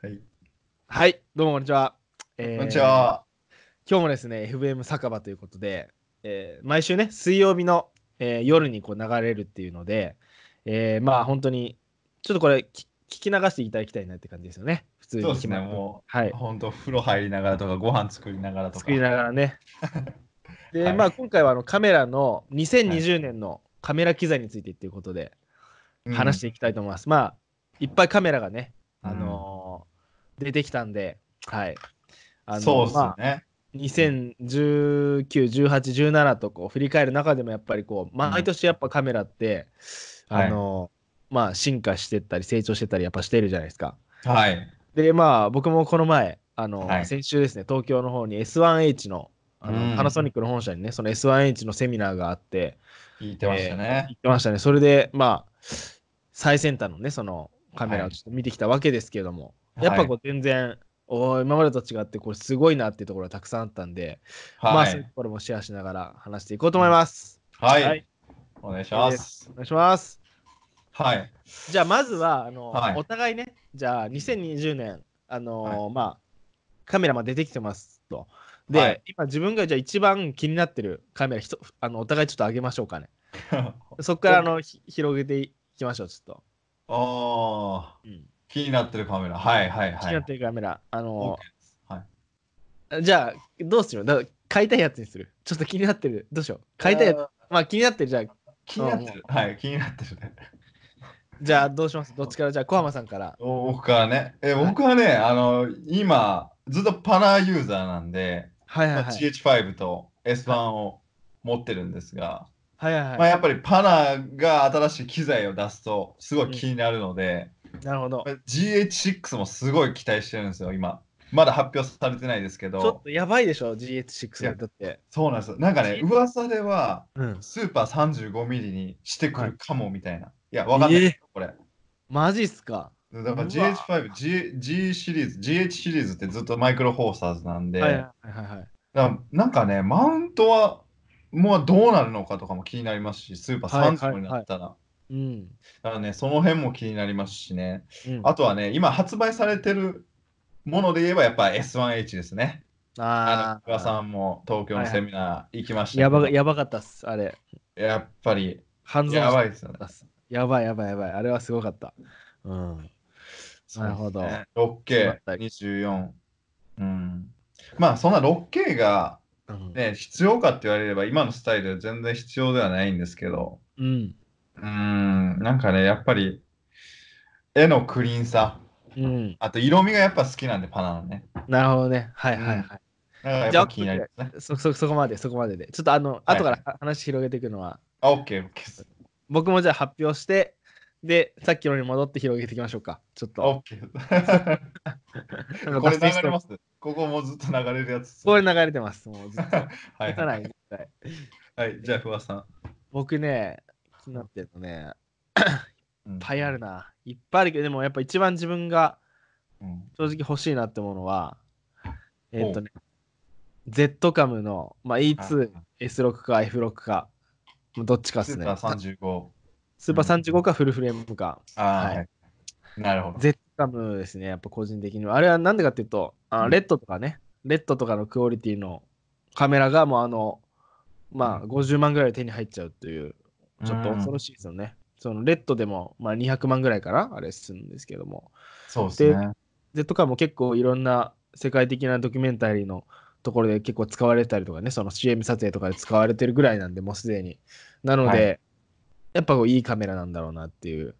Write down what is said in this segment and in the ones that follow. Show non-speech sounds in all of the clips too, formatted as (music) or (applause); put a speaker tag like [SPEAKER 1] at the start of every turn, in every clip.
[SPEAKER 1] はい。
[SPEAKER 2] はい、どうもこんにちは。こ
[SPEAKER 1] こんにち。は。
[SPEAKER 2] 今日もですね、FBM 酒場ということで、えー毎週ね、水曜日の、えー夜にこう流れるっていうので、えーまあ本当に、ちょっとこれき聞き流していただきたいなって感じですよね。普通に
[SPEAKER 1] そうですね
[SPEAKER 2] 暇な分
[SPEAKER 1] も
[SPEAKER 2] はい。
[SPEAKER 1] 本当風呂入りながらとか、ご飯作りながらとか。
[SPEAKER 2] 作りながら
[SPEAKER 1] (laughs)
[SPEAKER 2] ね。で、
[SPEAKER 1] はい
[SPEAKER 2] まあ今回はあのカメラの2020年のカメラ機材についてっていうことで
[SPEAKER 1] うん
[SPEAKER 2] 話していきたいと思います。まあいっぱいカメラがね、あのー出てきたんで、はい。あのー
[SPEAKER 1] そうです
[SPEAKER 2] まあ
[SPEAKER 1] ね。
[SPEAKER 2] 2019、18、17とこう振り返る中でもやっぱりこう毎年やっぱカメラって、
[SPEAKER 1] うん
[SPEAKER 2] あのまあ進化してったり成長してったりやっぱしてるじゃないですか。
[SPEAKER 1] はい。
[SPEAKER 2] でまあ僕もこの前あの、
[SPEAKER 1] はい
[SPEAKER 2] 先週ですね東京の方に S1H のあの、
[SPEAKER 1] うん
[SPEAKER 2] パナソニックの本社にねその S1H のセミナーがあって
[SPEAKER 1] 聞いてまし
[SPEAKER 2] 行
[SPEAKER 1] たね。
[SPEAKER 2] ってましたねそれでまあ最先端のねそのカメラ
[SPEAKER 1] は
[SPEAKER 2] を
[SPEAKER 1] い
[SPEAKER 2] ちょっと見てきたわけですけれども、やっぱこう全然、おー今までと違ってこれすごいなっていうところがたくさんあったんで。ま
[SPEAKER 1] は
[SPEAKER 2] あ、そういうと
[SPEAKER 1] い。
[SPEAKER 2] ころもシェアしながら話していこうと思います。
[SPEAKER 1] はい。お願いします。
[SPEAKER 2] お願いします。
[SPEAKER 1] はい。 (laughs)
[SPEAKER 2] じゃあ、まずは、あの、
[SPEAKER 1] はい
[SPEAKER 2] お互いね、じゃあ、2020年、あのー
[SPEAKER 1] は
[SPEAKER 2] まあ、カメラも出てきてますと。で、
[SPEAKER 1] はい
[SPEAKER 2] 今、自分がじゃあ一番気になってるカメラひと、あのお互いちょっと上げましょうかね。そこから、あの、ひ広げていきましょう、ちょっと。
[SPEAKER 1] おー、
[SPEAKER 2] うん
[SPEAKER 1] 気になってるカメラ。はいはい
[SPEAKER 2] 気に
[SPEAKER 1] はい。
[SPEAKER 2] なってるカメラ。あの
[SPEAKER 1] OK ですはい
[SPEAKER 2] ーじゃあ、どうするだから買いたいやつにする。ちょっと気になってる。どうしよう。買いたいやつ。まあ、気になってる。じゃあ、
[SPEAKER 1] 気になってる。はい、気になってるね。
[SPEAKER 2] じゃあどうしますどっちからじゃあ、小浜さんから。
[SPEAKER 1] お僕からね。え、僕はね、あの、今、ずっとパナユーザーなんで、
[SPEAKER 2] はいはい
[SPEAKER 1] まあ
[SPEAKER 2] はい。
[SPEAKER 1] GH5 と S1 を持ってるんですが、
[SPEAKER 2] はいはい
[SPEAKER 1] ま
[SPEAKER 2] は
[SPEAKER 1] あ、
[SPEAKER 2] い。
[SPEAKER 1] やっぱりパナが新しい機材を出すとすごい気になるので、
[SPEAKER 2] なるほど。
[SPEAKER 1] まあ GH6 もすごい期待してるんですよ今まだ発表されてないですけ
[SPEAKER 2] ちょ
[SPEAKER 1] ど
[SPEAKER 2] っとやばいでしょ、
[SPEAKER 1] い
[SPEAKER 2] GH6
[SPEAKER 1] や
[SPEAKER 2] だって。
[SPEAKER 1] そうなんですなんかね
[SPEAKER 2] GH
[SPEAKER 1] 噂では
[SPEAKER 2] うん。
[SPEAKER 1] スーパー 35mm にしてくるかもみたいな、い、やわかんない、
[SPEAKER 2] ええ
[SPEAKER 1] これ
[SPEAKER 2] マジっすか。
[SPEAKER 1] だから
[SPEAKER 2] うわ
[SPEAKER 1] GH5 G, G シリーズ GH シリーズってずっとマイクロフォーサーズなんで、
[SPEAKER 2] はいはいはいはい。
[SPEAKER 1] だからなんかね、マウントはもうどうなるのかとかも気になりますし、スーパ
[SPEAKER 2] はい
[SPEAKER 1] ー
[SPEAKER 2] はい
[SPEAKER 1] 30になったら。
[SPEAKER 2] うん。
[SPEAKER 1] だからね、その辺も気になりますしね。
[SPEAKER 2] うん、
[SPEAKER 1] あとはね、今発売されてるもので言えばやっぱ S1H ですね。あ
[SPEAKER 2] あ
[SPEAKER 1] の、岩さ
[SPEAKER 2] あ
[SPEAKER 1] んも東京のセミナー行きましたけ
[SPEAKER 2] や
[SPEAKER 1] ど、
[SPEAKER 2] ばやばかったっす、あれ。
[SPEAKER 1] やっぱり
[SPEAKER 2] 半蔵
[SPEAKER 1] やば
[SPEAKER 2] い
[SPEAKER 1] いですよね。
[SPEAKER 2] っす。やばいやばいやばい。あれはすごかった。うん。なるほど。
[SPEAKER 1] ね
[SPEAKER 2] やっぱ
[SPEAKER 1] 6K24。うん。まあそんな 6K が、
[SPEAKER 2] うん。
[SPEAKER 1] ね、必要かって言われれば今のスタイルは全然必要ではないんですけど、
[SPEAKER 2] うん。
[SPEAKER 1] うーん、なんかね、やっぱり絵のクリーンさ、
[SPEAKER 2] うん。
[SPEAKER 1] あと色味がやっぱ好きなんで、パナのね。
[SPEAKER 2] なるほどね。はいはいはい。
[SPEAKER 1] なんかやっ
[SPEAKER 2] じゃあ
[SPEAKER 1] ぱ気になりますね。
[SPEAKER 2] そそそこまで、そこまでで。ちょっとあの、
[SPEAKER 1] はい
[SPEAKER 2] 後からは話広げていくのは、
[SPEAKER 1] あ、OK、OK です。
[SPEAKER 2] 僕もじゃあ発表して、で、さっきのに戻って広げていきましょうか。ちょっと。
[SPEAKER 1] OK
[SPEAKER 2] なんか
[SPEAKER 1] これ
[SPEAKER 2] 脱線し
[SPEAKER 1] 流
[SPEAKER 2] て
[SPEAKER 1] れ
[SPEAKER 2] ま
[SPEAKER 1] ますす。ここもずっと流れるやつです。
[SPEAKER 2] こ
[SPEAKER 1] は
[SPEAKER 2] れ流
[SPEAKER 1] い、
[SPEAKER 2] れてます。もうずっと。
[SPEAKER 1] は
[SPEAKER 2] 出
[SPEAKER 1] い
[SPEAKER 2] さない、絶対。
[SPEAKER 1] はい。じゃあ、不破さん。
[SPEAKER 2] 僕ね、気になってるのね、いっ
[SPEAKER 1] うん
[SPEAKER 2] ぱいある。な。いっぱいあるけど、でもやっぱ一番自分が
[SPEAKER 1] うん
[SPEAKER 2] 正直欲しいなってものは、え
[SPEAKER 1] う
[SPEAKER 2] ーっ、とね、Z カムの、まあ、E2、S6 か F6 か、もうどっちかっ
[SPEAKER 1] ス
[SPEAKER 2] す
[SPEAKER 1] ー
[SPEAKER 2] ね
[SPEAKER 1] パ。ー35。
[SPEAKER 2] スーパー35かフルフレームか。
[SPEAKER 1] あー
[SPEAKER 2] は
[SPEAKER 1] はい。なるほど。
[SPEAKER 2] Z カムですね、やっぱ個人的には。あれはなんでかっていうと、あ
[SPEAKER 1] うん
[SPEAKER 2] レッドとかね、レッドとかのクオリティのカメラがもうあの、まあ50万ぐらいで手に入っちゃうっていう、ちょっと恐ろ
[SPEAKER 1] しい。
[SPEAKER 2] しいですよね。そのレッドでも、まあ、200万ぐらいかな、あれするんですけども。
[SPEAKER 1] そうですね。
[SPEAKER 2] Z カムも結構いろんな世界的なドキュメンタリーのところで結構使われたりとかね、その CM 撮影とかで使われてるぐらいなんで、もうすでに。なので、
[SPEAKER 1] は
[SPEAKER 2] やっぱこういいカメラなんだろうなっていう。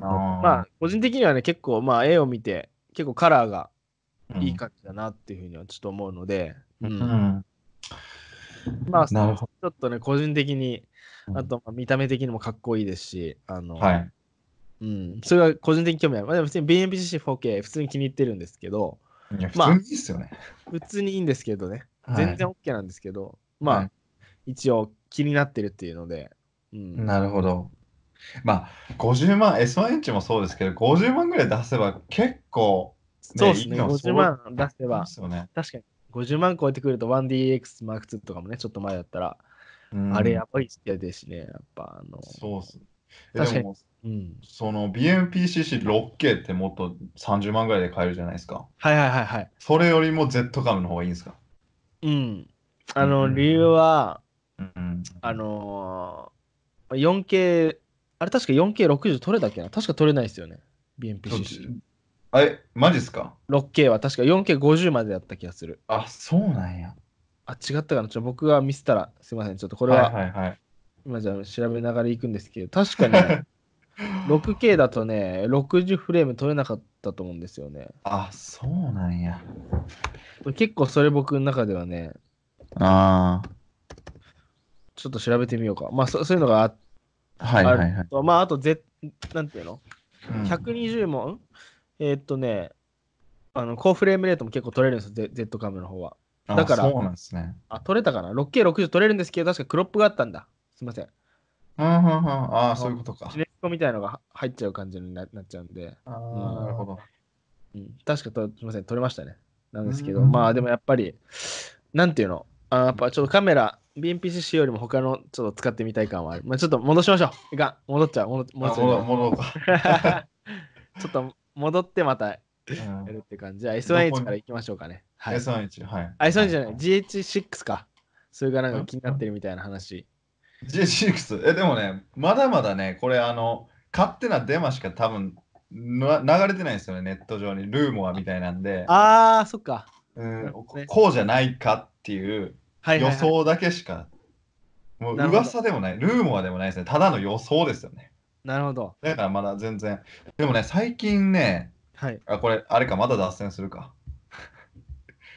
[SPEAKER 2] ま
[SPEAKER 1] ま
[SPEAKER 2] あ、個人的にはね、結構、まあ、絵を見て、結構カラーが
[SPEAKER 1] あ
[SPEAKER 2] いい。感じだなっていうふうにはちょっと思うので、う
[SPEAKER 1] うんんうん。
[SPEAKER 2] まあ、ち
[SPEAKER 1] なるほ
[SPEAKER 2] ょっとね、個人的に、
[SPEAKER 1] ど。
[SPEAKER 2] あと、まあ見た目的にもかっこいいですし、あの、
[SPEAKER 1] はい。
[SPEAKER 2] うん、それは個人的に興味ある。まあ、でも別に BMPC4K 普通に気に入ってるんですけど、
[SPEAKER 1] いや、普
[SPEAKER 2] まあ
[SPEAKER 1] 通にいいっすよね。
[SPEAKER 2] 普通にいいんですけどね、
[SPEAKER 1] はい
[SPEAKER 2] 全然 OK なんですけど、まあ、
[SPEAKER 1] はい
[SPEAKER 2] 一応気になってるっていうので、うん、
[SPEAKER 1] なるほど。まあ、50万、S1H もそうですけど、50万ぐらい出せば結構、
[SPEAKER 2] そうですね、
[SPEAKER 1] いいの
[SPEAKER 2] 50万出せ
[SPEAKER 1] で
[SPEAKER 2] ば、
[SPEAKER 1] すよね。
[SPEAKER 2] 確かに50万超えてくると 1DXM2 とかもね、ちょっと前だったら、
[SPEAKER 1] うん
[SPEAKER 2] あれやっぱり好きですしね、やっぱあの、
[SPEAKER 1] そうっす。え
[SPEAKER 2] 確かに
[SPEAKER 1] でも、
[SPEAKER 2] うん。
[SPEAKER 1] その BMPCC6K ってもっと30万ぐらいで買えるじゃないですか。
[SPEAKER 2] はいはいはいはい。
[SPEAKER 1] それよりも Z カムの方がいいんですか
[SPEAKER 2] うん。あの、理由は、
[SPEAKER 1] うん。
[SPEAKER 2] あのー、4K、あれ確か 4K60 取れたっけな確か取れないですよね。
[SPEAKER 1] そっ
[SPEAKER 2] BMPCC。
[SPEAKER 1] ちあえ、マジっすか
[SPEAKER 2] 6K は確か 4K50 までだった気がする。
[SPEAKER 1] あ、そうなんや。
[SPEAKER 2] あ、違ったかなちょっと僕が見せたら、すいません。ちょっとこ
[SPEAKER 1] こ
[SPEAKER 2] れは、
[SPEAKER 1] いはい
[SPEAKER 2] 今じゃあ調べながら行くんですけど、確かに、ね、
[SPEAKER 1] はい。
[SPEAKER 2] 6K だとね、60フレーム取れなかったと思うんですよね。
[SPEAKER 1] あ、そうなんや。
[SPEAKER 2] 結構それ僕の中ではね、
[SPEAKER 1] あ
[SPEAKER 2] ちょっと調べてみようか。まあ、そそういうのがあっ
[SPEAKER 1] あ。はいはいはい。
[SPEAKER 2] と、まあ、あと、ぜなんていうの
[SPEAKER 1] うん、
[SPEAKER 2] 120も、んえーっとね、あの、高フレームレートも結構取れるんですよ、Z- Z カムの方は。
[SPEAKER 1] あ
[SPEAKER 2] だから
[SPEAKER 1] そうなんですね。
[SPEAKER 2] あ、取れたかな ?6K60 取れるんですけど、確かクロップがあったんだ。すいません。
[SPEAKER 1] うんうんうん。ああ、そういうことか
[SPEAKER 2] シ。ネコみたいのが入っちゃう感じにななっちゃうんで、
[SPEAKER 1] ああ、なるほど。
[SPEAKER 2] うん、確かと、すいません、取れましたね。なんですけど、
[SPEAKER 1] うん
[SPEAKER 2] まあ、でもやっぱり、なんていうのあーやっぱちょっとカメラ、BMPCC よりも他のちょっと使ってみたい感はある。まあ、ちょっと戻しましょう。いかん、戻っちゃう。戻っ戻
[SPEAKER 1] あ
[SPEAKER 2] っちゃう
[SPEAKER 1] 戻戻ろうか。
[SPEAKER 2] (laughs) ちょっと戻ってまたや
[SPEAKER 1] うん
[SPEAKER 2] るって感じ。じゃあ S1H からいきましょうかね。はい。
[SPEAKER 1] S31、はい。
[SPEAKER 2] あ、S1H じゃない。
[SPEAKER 1] はい
[SPEAKER 2] GH6 か。それがなんか気になってるみたいな話。
[SPEAKER 1] G6。え、でもね、まだまだね、これ、あの、勝手なデマしか多分な流れてないんですよね、ネット上に。ルーモアみたいなんで、
[SPEAKER 2] あー、そっか。
[SPEAKER 1] うん、こ
[SPEAKER 2] ね
[SPEAKER 1] こうじゃないかっていう
[SPEAKER 2] はい
[SPEAKER 1] 予
[SPEAKER 2] はい、はい。
[SPEAKER 1] 想だけしか、もう
[SPEAKER 2] なるほど
[SPEAKER 1] 噂でもない、ルーモアでもないですね、ただの予想ですよね。
[SPEAKER 2] なるほど。
[SPEAKER 1] だからまだ全然。でもね、最近ね、
[SPEAKER 2] はい。
[SPEAKER 1] あ、これ、あれか、まだ脱線するか。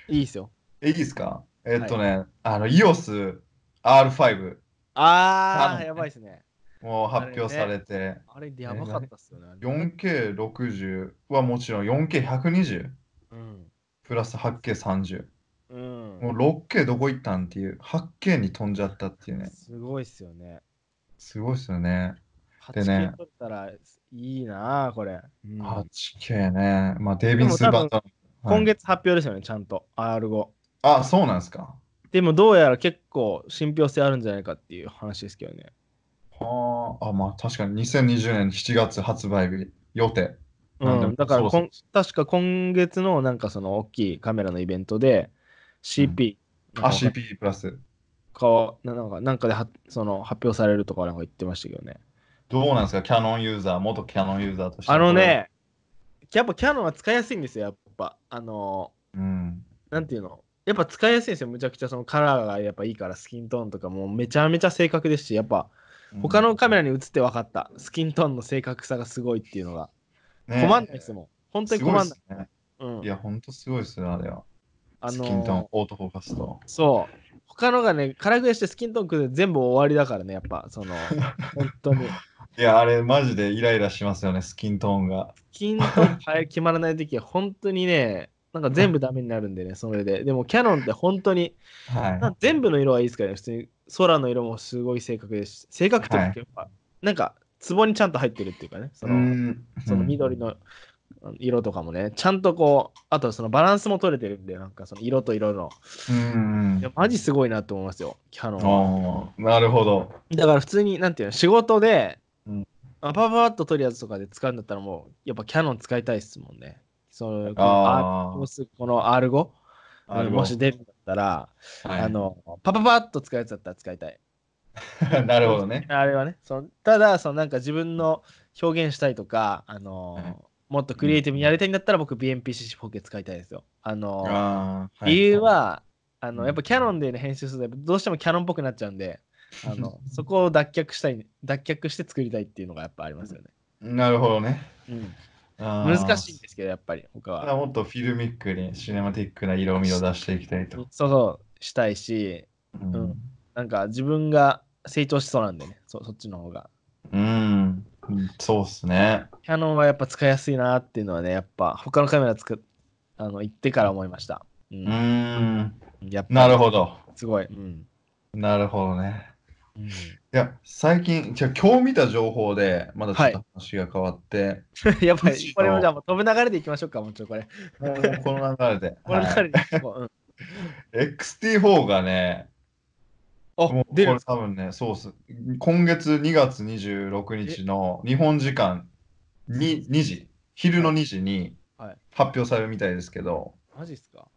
[SPEAKER 2] いいですよ。
[SPEAKER 1] え、いいですかえっとね、あの、EOS R5、
[SPEAKER 2] あ
[SPEAKER 1] あ
[SPEAKER 2] ー、
[SPEAKER 1] の
[SPEAKER 2] やばいですね。
[SPEAKER 1] もう発表されて、
[SPEAKER 2] あれ、やばかったっすよね。
[SPEAKER 1] 4K60 はもちろん 4K120
[SPEAKER 2] うん。
[SPEAKER 1] プラス 8K30
[SPEAKER 2] うん。
[SPEAKER 1] もう 6K どこ行ったんっていう 8K に飛んじゃったっていうね
[SPEAKER 2] すごいっすよね。
[SPEAKER 1] すごいっすよねで
[SPEAKER 2] 8K
[SPEAKER 1] ね
[SPEAKER 2] 取ったらいいなあこれ。うん
[SPEAKER 1] 8K ねまあデイビンスーパーターンはい
[SPEAKER 2] 今月発表ですよね、ちゃんと。R5。
[SPEAKER 1] あそうなんですか
[SPEAKER 2] でも、どうやら結構信憑性あるんじゃないかっていう話ですけどね。
[SPEAKER 1] はああまあ確かに2020年7月発売日予定なんで
[SPEAKER 2] うん、だから
[SPEAKER 1] そ
[SPEAKER 2] こ
[SPEAKER 1] うそうん
[SPEAKER 2] 確か今月のなんかその大きいカメラのイベントで CP、
[SPEAKER 1] あ CP プラス
[SPEAKER 2] かななんかなんかではその発表されるとかなんか言ってましたけどね
[SPEAKER 1] どうなんですかキャノンユーザー元キャノンユーザーとして
[SPEAKER 2] あのねやっぱキャノンは使いやすいんですよやっぱあの
[SPEAKER 1] うん
[SPEAKER 2] なんていうのやっぱ使いやすいんですよむちゃくちゃそのカラーがやっぱいいからスキントーンとかもうめちゃめちゃ正確ですしやっぱ他のカメラに映って分かったスキントーンの正確さがすごいっていうのが
[SPEAKER 1] ラ
[SPEAKER 2] 困んないですもん本当に困んない
[SPEAKER 1] すごいっすね
[SPEAKER 2] うん
[SPEAKER 1] いやほんとすごいっすねあれは
[SPEAKER 2] あの
[SPEAKER 1] スキントーン、オートフォーカスと。
[SPEAKER 2] そう。他のがね、からぐえしてスキントーンクで全部終わりだからね、やっぱ、そ (laughs) の、本当に。
[SPEAKER 1] いや、あれ、マジでイライラしますよね、スキントーンが。
[SPEAKER 2] スキントーン変え決まらない時は、本当にね、なんか全部ダメになるんでね、それで。でも、キャノンって本当に、なん
[SPEAKER 1] は
[SPEAKER 2] か全部の色はいいですからね、普通に。空の色もすごい正確ですし、正確というか、やっぱ、なんか、壺にちゃんと入ってるっていうかね、
[SPEAKER 1] い。
[SPEAKER 2] その、その緑
[SPEAKER 1] 緑。
[SPEAKER 2] のあの色とかもね、ちゃんとこう、あとそのバランスも取れてるんで、なんかその色と色の。
[SPEAKER 1] うん
[SPEAKER 2] いや、マジすごいなと思いますよ、キャノンは。
[SPEAKER 1] あーなるほど。
[SPEAKER 2] だから普通に、なんていうの、仕事で、
[SPEAKER 1] うん
[SPEAKER 2] まあパパパッと取るやつとかで使うんだったら、もう、やっぱキャノン使いたいっすもんね。その、この
[SPEAKER 1] あ
[SPEAKER 2] R-
[SPEAKER 1] ー
[SPEAKER 2] もうすぐこの R5、
[SPEAKER 1] あ
[SPEAKER 2] もし出るんだったら、あ
[SPEAKER 1] あの、
[SPEAKER 2] の、パパパッと使うやつだったら使いたい。
[SPEAKER 1] (laughs) なるほどね。
[SPEAKER 2] あれはね、そのただ、そのなんか自分の表現したいとか、あの、
[SPEAKER 1] はい
[SPEAKER 2] もっとクリエイティブにやりたいんだったら、僕、BMPCC ポケ使いたいですよ。あの、
[SPEAKER 1] あー
[SPEAKER 2] 理由、は、あの
[SPEAKER 1] うん
[SPEAKER 2] やっぱキャノンで、ね、編集するとやっぱどうしてもキャノンっぽくなっちゃうんであのそこを脱却したい脱却して作りたいっていうのがやっぱありますよね、
[SPEAKER 1] いなるほどね。
[SPEAKER 2] うん難
[SPEAKER 1] 難
[SPEAKER 2] しいん。ですけどやっぱり他は
[SPEAKER 1] もっとフィルミックに、シネマティックな色味を出していきたいと。
[SPEAKER 2] そうそうしたいし
[SPEAKER 1] うん。
[SPEAKER 2] なんか自分が成長しそうなんでねそそっちの方が
[SPEAKER 1] うん、そうっすね。
[SPEAKER 2] キャノンはやっぱ使いやすいなっていうのはねやっぱ他のカメラつくあの行ってから思いました、う
[SPEAKER 1] うんん。
[SPEAKER 2] やっぱ
[SPEAKER 1] なるほど。
[SPEAKER 2] すごい、うん
[SPEAKER 1] なるほどね。
[SPEAKER 2] うん
[SPEAKER 1] いや、最近、じゃあ今日見た情報で、まだちょっと話が変わって、
[SPEAKER 2] (laughs) やっぱりこれもじゃあもう飛ぶ流れでいきましょうかもうちょいこれ
[SPEAKER 1] もう (laughs) この流れで、
[SPEAKER 2] この流
[SPEAKER 1] は
[SPEAKER 2] れでいこう、うん
[SPEAKER 1] い XT4 がね、
[SPEAKER 2] あ
[SPEAKER 1] もう、
[SPEAKER 2] 出るんで
[SPEAKER 1] これ
[SPEAKER 2] す
[SPEAKER 1] 多分ね、そうっす。今月2月26日の日本時間に2時、昼の2時に
[SPEAKER 2] はい
[SPEAKER 1] 発表されるみたいですけど、
[SPEAKER 2] マジっすか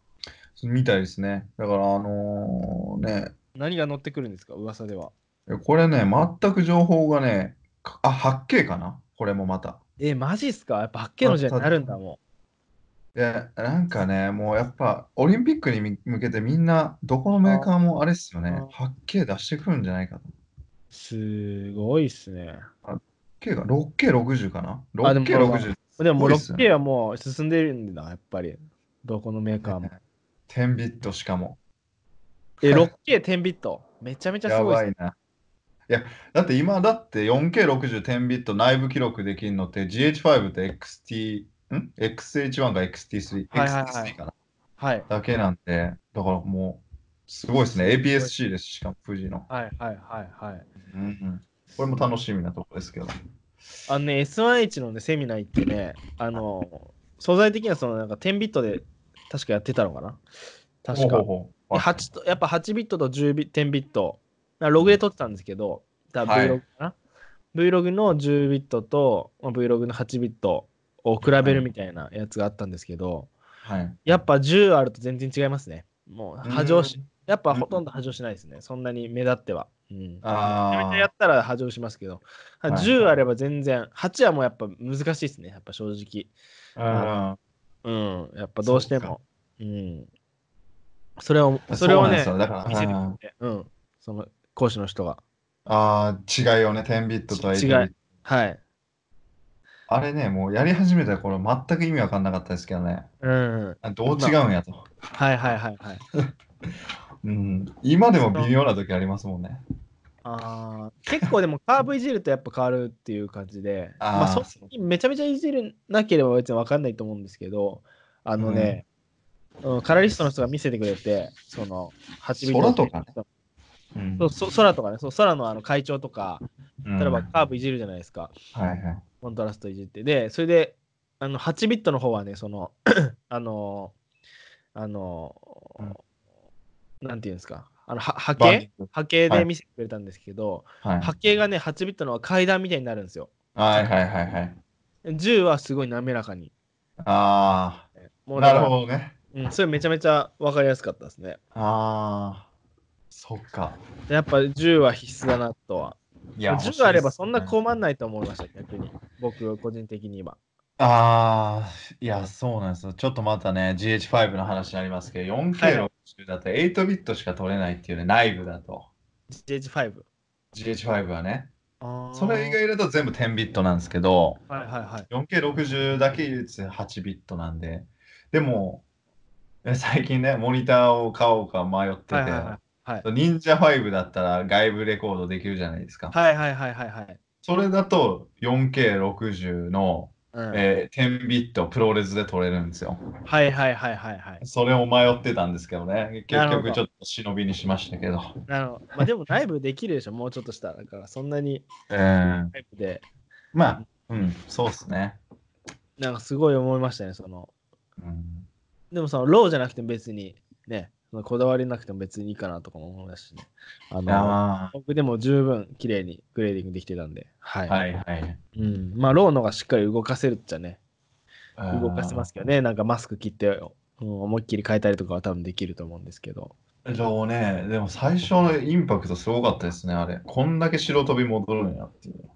[SPEAKER 1] みたいですね。だから、あのーね、
[SPEAKER 2] 何が乗ってくるんですか噂では。
[SPEAKER 1] これね、全く情報がね、かあ、八景かなこれもまた。
[SPEAKER 2] え、マジっすかやっぱ八景の時代になるんだも
[SPEAKER 1] で、なんかね、もうやっぱオリンピックにみ向けてみんな、どこのメーカーもあれっすよね
[SPEAKER 2] あ、
[SPEAKER 1] 八景出してくるんじゃないかと。
[SPEAKER 2] ん。すごいっすね。
[SPEAKER 1] K が 6K60 かな
[SPEAKER 2] あでも
[SPEAKER 1] ?6K60
[SPEAKER 2] でももう
[SPEAKER 1] すごいっすね
[SPEAKER 2] 6K はもう進んでるんだ、やっぱり。どこのメーカーも。
[SPEAKER 1] 10ビットしかも。
[SPEAKER 2] え、6K10 ビット。めちゃめちゃす
[SPEAKER 1] や
[SPEAKER 2] ごいっ
[SPEAKER 1] ば
[SPEAKER 2] すね
[SPEAKER 1] いな。いや、だって今だって 4K60 10ビット内部記録できるのって GH5 って XT、ん ?XH1 か XT3、
[SPEAKER 2] はいはいはい
[SPEAKER 1] XT3 かな
[SPEAKER 2] はい。
[SPEAKER 1] だけなんで、だからもう、すごいですね。APS-C です、しかも富士の。
[SPEAKER 2] はいはいはいはい。
[SPEAKER 1] うんうん、これも楽しみなとこですけど。
[SPEAKER 2] あのね、S1H のね、セミナー行ってね、あの、素材的にはそのなんか10ビットで確かやってたのかな確か。
[SPEAKER 1] ほうほうほう
[SPEAKER 2] で8とやっぱ8ビットと10ビ10ビット、なログで撮ってたんですけど、だから Vlog かな、Vlog の10ビットとまあ Vlog の8ビットを比べるみたいなやつがあったんですけど、
[SPEAKER 1] はい。
[SPEAKER 2] やっぱ10あると全然違いますね。もう波
[SPEAKER 1] う
[SPEAKER 2] 状
[SPEAKER 1] ん
[SPEAKER 2] し、やっぱほとんど波状しないですね。そんなに目立っては。うん。めちゃめ
[SPEAKER 1] あ
[SPEAKER 2] ちゃや
[SPEAKER 1] あ
[SPEAKER 2] っ、たら波状しますけど、
[SPEAKER 1] はい
[SPEAKER 2] 10あれば全然、8はもうやっぱ難しいですね、やっぱ正直。
[SPEAKER 1] うん
[SPEAKER 2] うん、やっぱどうして
[SPEAKER 1] そう
[SPEAKER 2] も。うん。それを、そ
[SPEAKER 1] そ
[SPEAKER 2] れ
[SPEAKER 1] う
[SPEAKER 2] を
[SPEAKER 1] なんで
[SPEAKER 2] ね、
[SPEAKER 1] すよだから
[SPEAKER 2] 見せてくれて、うん、その講師の人が。
[SPEAKER 1] ああ、違いよね、10ビットと8ビッ
[SPEAKER 2] 違
[SPEAKER 1] ト
[SPEAKER 2] い。はい。
[SPEAKER 1] あれね、もうやり始めた頃全く意味わかんなかったですけどね。
[SPEAKER 2] うん。
[SPEAKER 1] あどう違うんやと。
[SPEAKER 2] はいはいはいはい。
[SPEAKER 1] うん、今でも微妙な時ありますもんね。
[SPEAKER 2] あー結構でもカーブいじるとやっぱ変わるっていう感じで、
[SPEAKER 1] あー
[SPEAKER 2] まあ、そんなにめちゃめちゃいじるなければ別に分かんないと思うんですけど、あのね、うんカラリストの人が見せてくれて、その8ビッ
[SPEAKER 1] 空
[SPEAKER 2] ト
[SPEAKER 1] とかねうん
[SPEAKER 2] そうそ空とかね、そう空のあの会長とか、
[SPEAKER 1] うん
[SPEAKER 2] 例えば
[SPEAKER 1] は
[SPEAKER 2] カーブいじるじゃないですか、
[SPEAKER 1] いはい。
[SPEAKER 2] コントラストいじって。で、それで、あの8ビットの方はね、その、 (coughs) あのあのなんていうんですか、あのは波
[SPEAKER 1] バーニン
[SPEAKER 2] 形
[SPEAKER 1] グ
[SPEAKER 2] 波形
[SPEAKER 1] は
[SPEAKER 2] で
[SPEAKER 1] い
[SPEAKER 2] 見せてくれたんですけど、
[SPEAKER 1] はい
[SPEAKER 2] 波形がね、8ビットのは階段みたいになるんですよ。
[SPEAKER 1] はいはいはいはい。
[SPEAKER 2] 10はすごい滑らかに。
[SPEAKER 1] あ
[SPEAKER 2] も
[SPEAKER 1] あ、
[SPEAKER 2] うだか
[SPEAKER 1] なる
[SPEAKER 2] ら
[SPEAKER 1] ほどね。
[SPEAKER 2] うん、それめちゃめちゃ分かりやすかったですね。
[SPEAKER 1] ああ、そっか。
[SPEAKER 2] でやっぱ10は必須だなとは。
[SPEAKER 1] いや、
[SPEAKER 2] 10あればそんな
[SPEAKER 1] こ
[SPEAKER 2] 困んないと思いました、逆に。僕、個人的には。
[SPEAKER 1] ああ、いや、そうなんですよ。ちょっとまたね、GH5 の話になりますけど、4K60 だと8ビットしか取れないっていうね、内部だと。
[SPEAKER 2] GH5。
[SPEAKER 1] GH5 はね。
[SPEAKER 2] あー
[SPEAKER 1] それ以。外だと全部10ビットなんですけど、
[SPEAKER 2] はいはいはい。
[SPEAKER 1] 4K60 だけ唯一8ビットなんで、でも、え最近ね、モニターを買おうか迷ってて、
[SPEAKER 2] はいはいはい。
[SPEAKER 1] 忍者5だったら外部レコードできるじゃないですか。
[SPEAKER 2] はいはいはいはいはい。
[SPEAKER 1] それだと 4K60 の、
[SPEAKER 2] うん
[SPEAKER 1] えー10ビットプロレスで撮れるんですよ。
[SPEAKER 2] はいはいはいはいはい。
[SPEAKER 1] それを迷ってたんですけどね、
[SPEAKER 2] な
[SPEAKER 1] 結
[SPEAKER 2] るほど
[SPEAKER 1] 局ちょっと忍びにしましたけど。
[SPEAKER 2] なるほど。まあでも内部できるでしょ、もうちょっとしたら。だからそんなに
[SPEAKER 1] えー
[SPEAKER 2] 内部で、
[SPEAKER 1] まあ、うん、そうっすね。
[SPEAKER 2] なんかすごい思いましたね、その。
[SPEAKER 1] うん
[SPEAKER 2] でもそのローじゃなくても別にね、そのこだわりなくても別にいいかなとかも思いましたしね。あ
[SPEAKER 1] い
[SPEAKER 2] の
[SPEAKER 1] やま
[SPEAKER 2] 僕でも十分綺麗にグレーディングできてたんで、はい。
[SPEAKER 1] あはいはい。。
[SPEAKER 2] うん、まあ、ローのがしっかり動かせるっちゃね、動かせますすけどね、なんかマスク切って、うん思いっきり変えたりとかは多分できると思うんですけど。
[SPEAKER 1] じゃあね、でも最初のインパクトすごかったですね、あれ。こんだけ白飛び戻るんやっていう。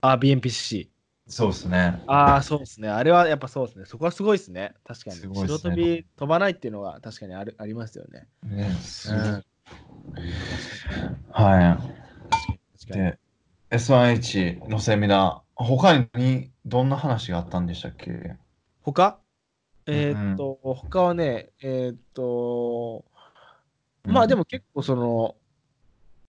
[SPEAKER 2] あ、BMPC。
[SPEAKER 1] そうですね。
[SPEAKER 2] ああ、そうですね。あれはやっぱそうですね。そこはすごいですね。確かに。
[SPEAKER 1] すごいっすね
[SPEAKER 2] 白飛び飛ばないっていうのは確かにあるありますよね。
[SPEAKER 1] ねす
[SPEAKER 2] うん。確
[SPEAKER 1] は
[SPEAKER 2] かに。確
[SPEAKER 1] い。
[SPEAKER 2] かに。
[SPEAKER 1] で、S1H のセミナー、他にどんな話があったんでしたっけ
[SPEAKER 2] 他えーっと、他はね、えーっと、
[SPEAKER 1] うん
[SPEAKER 2] まあでも結構その、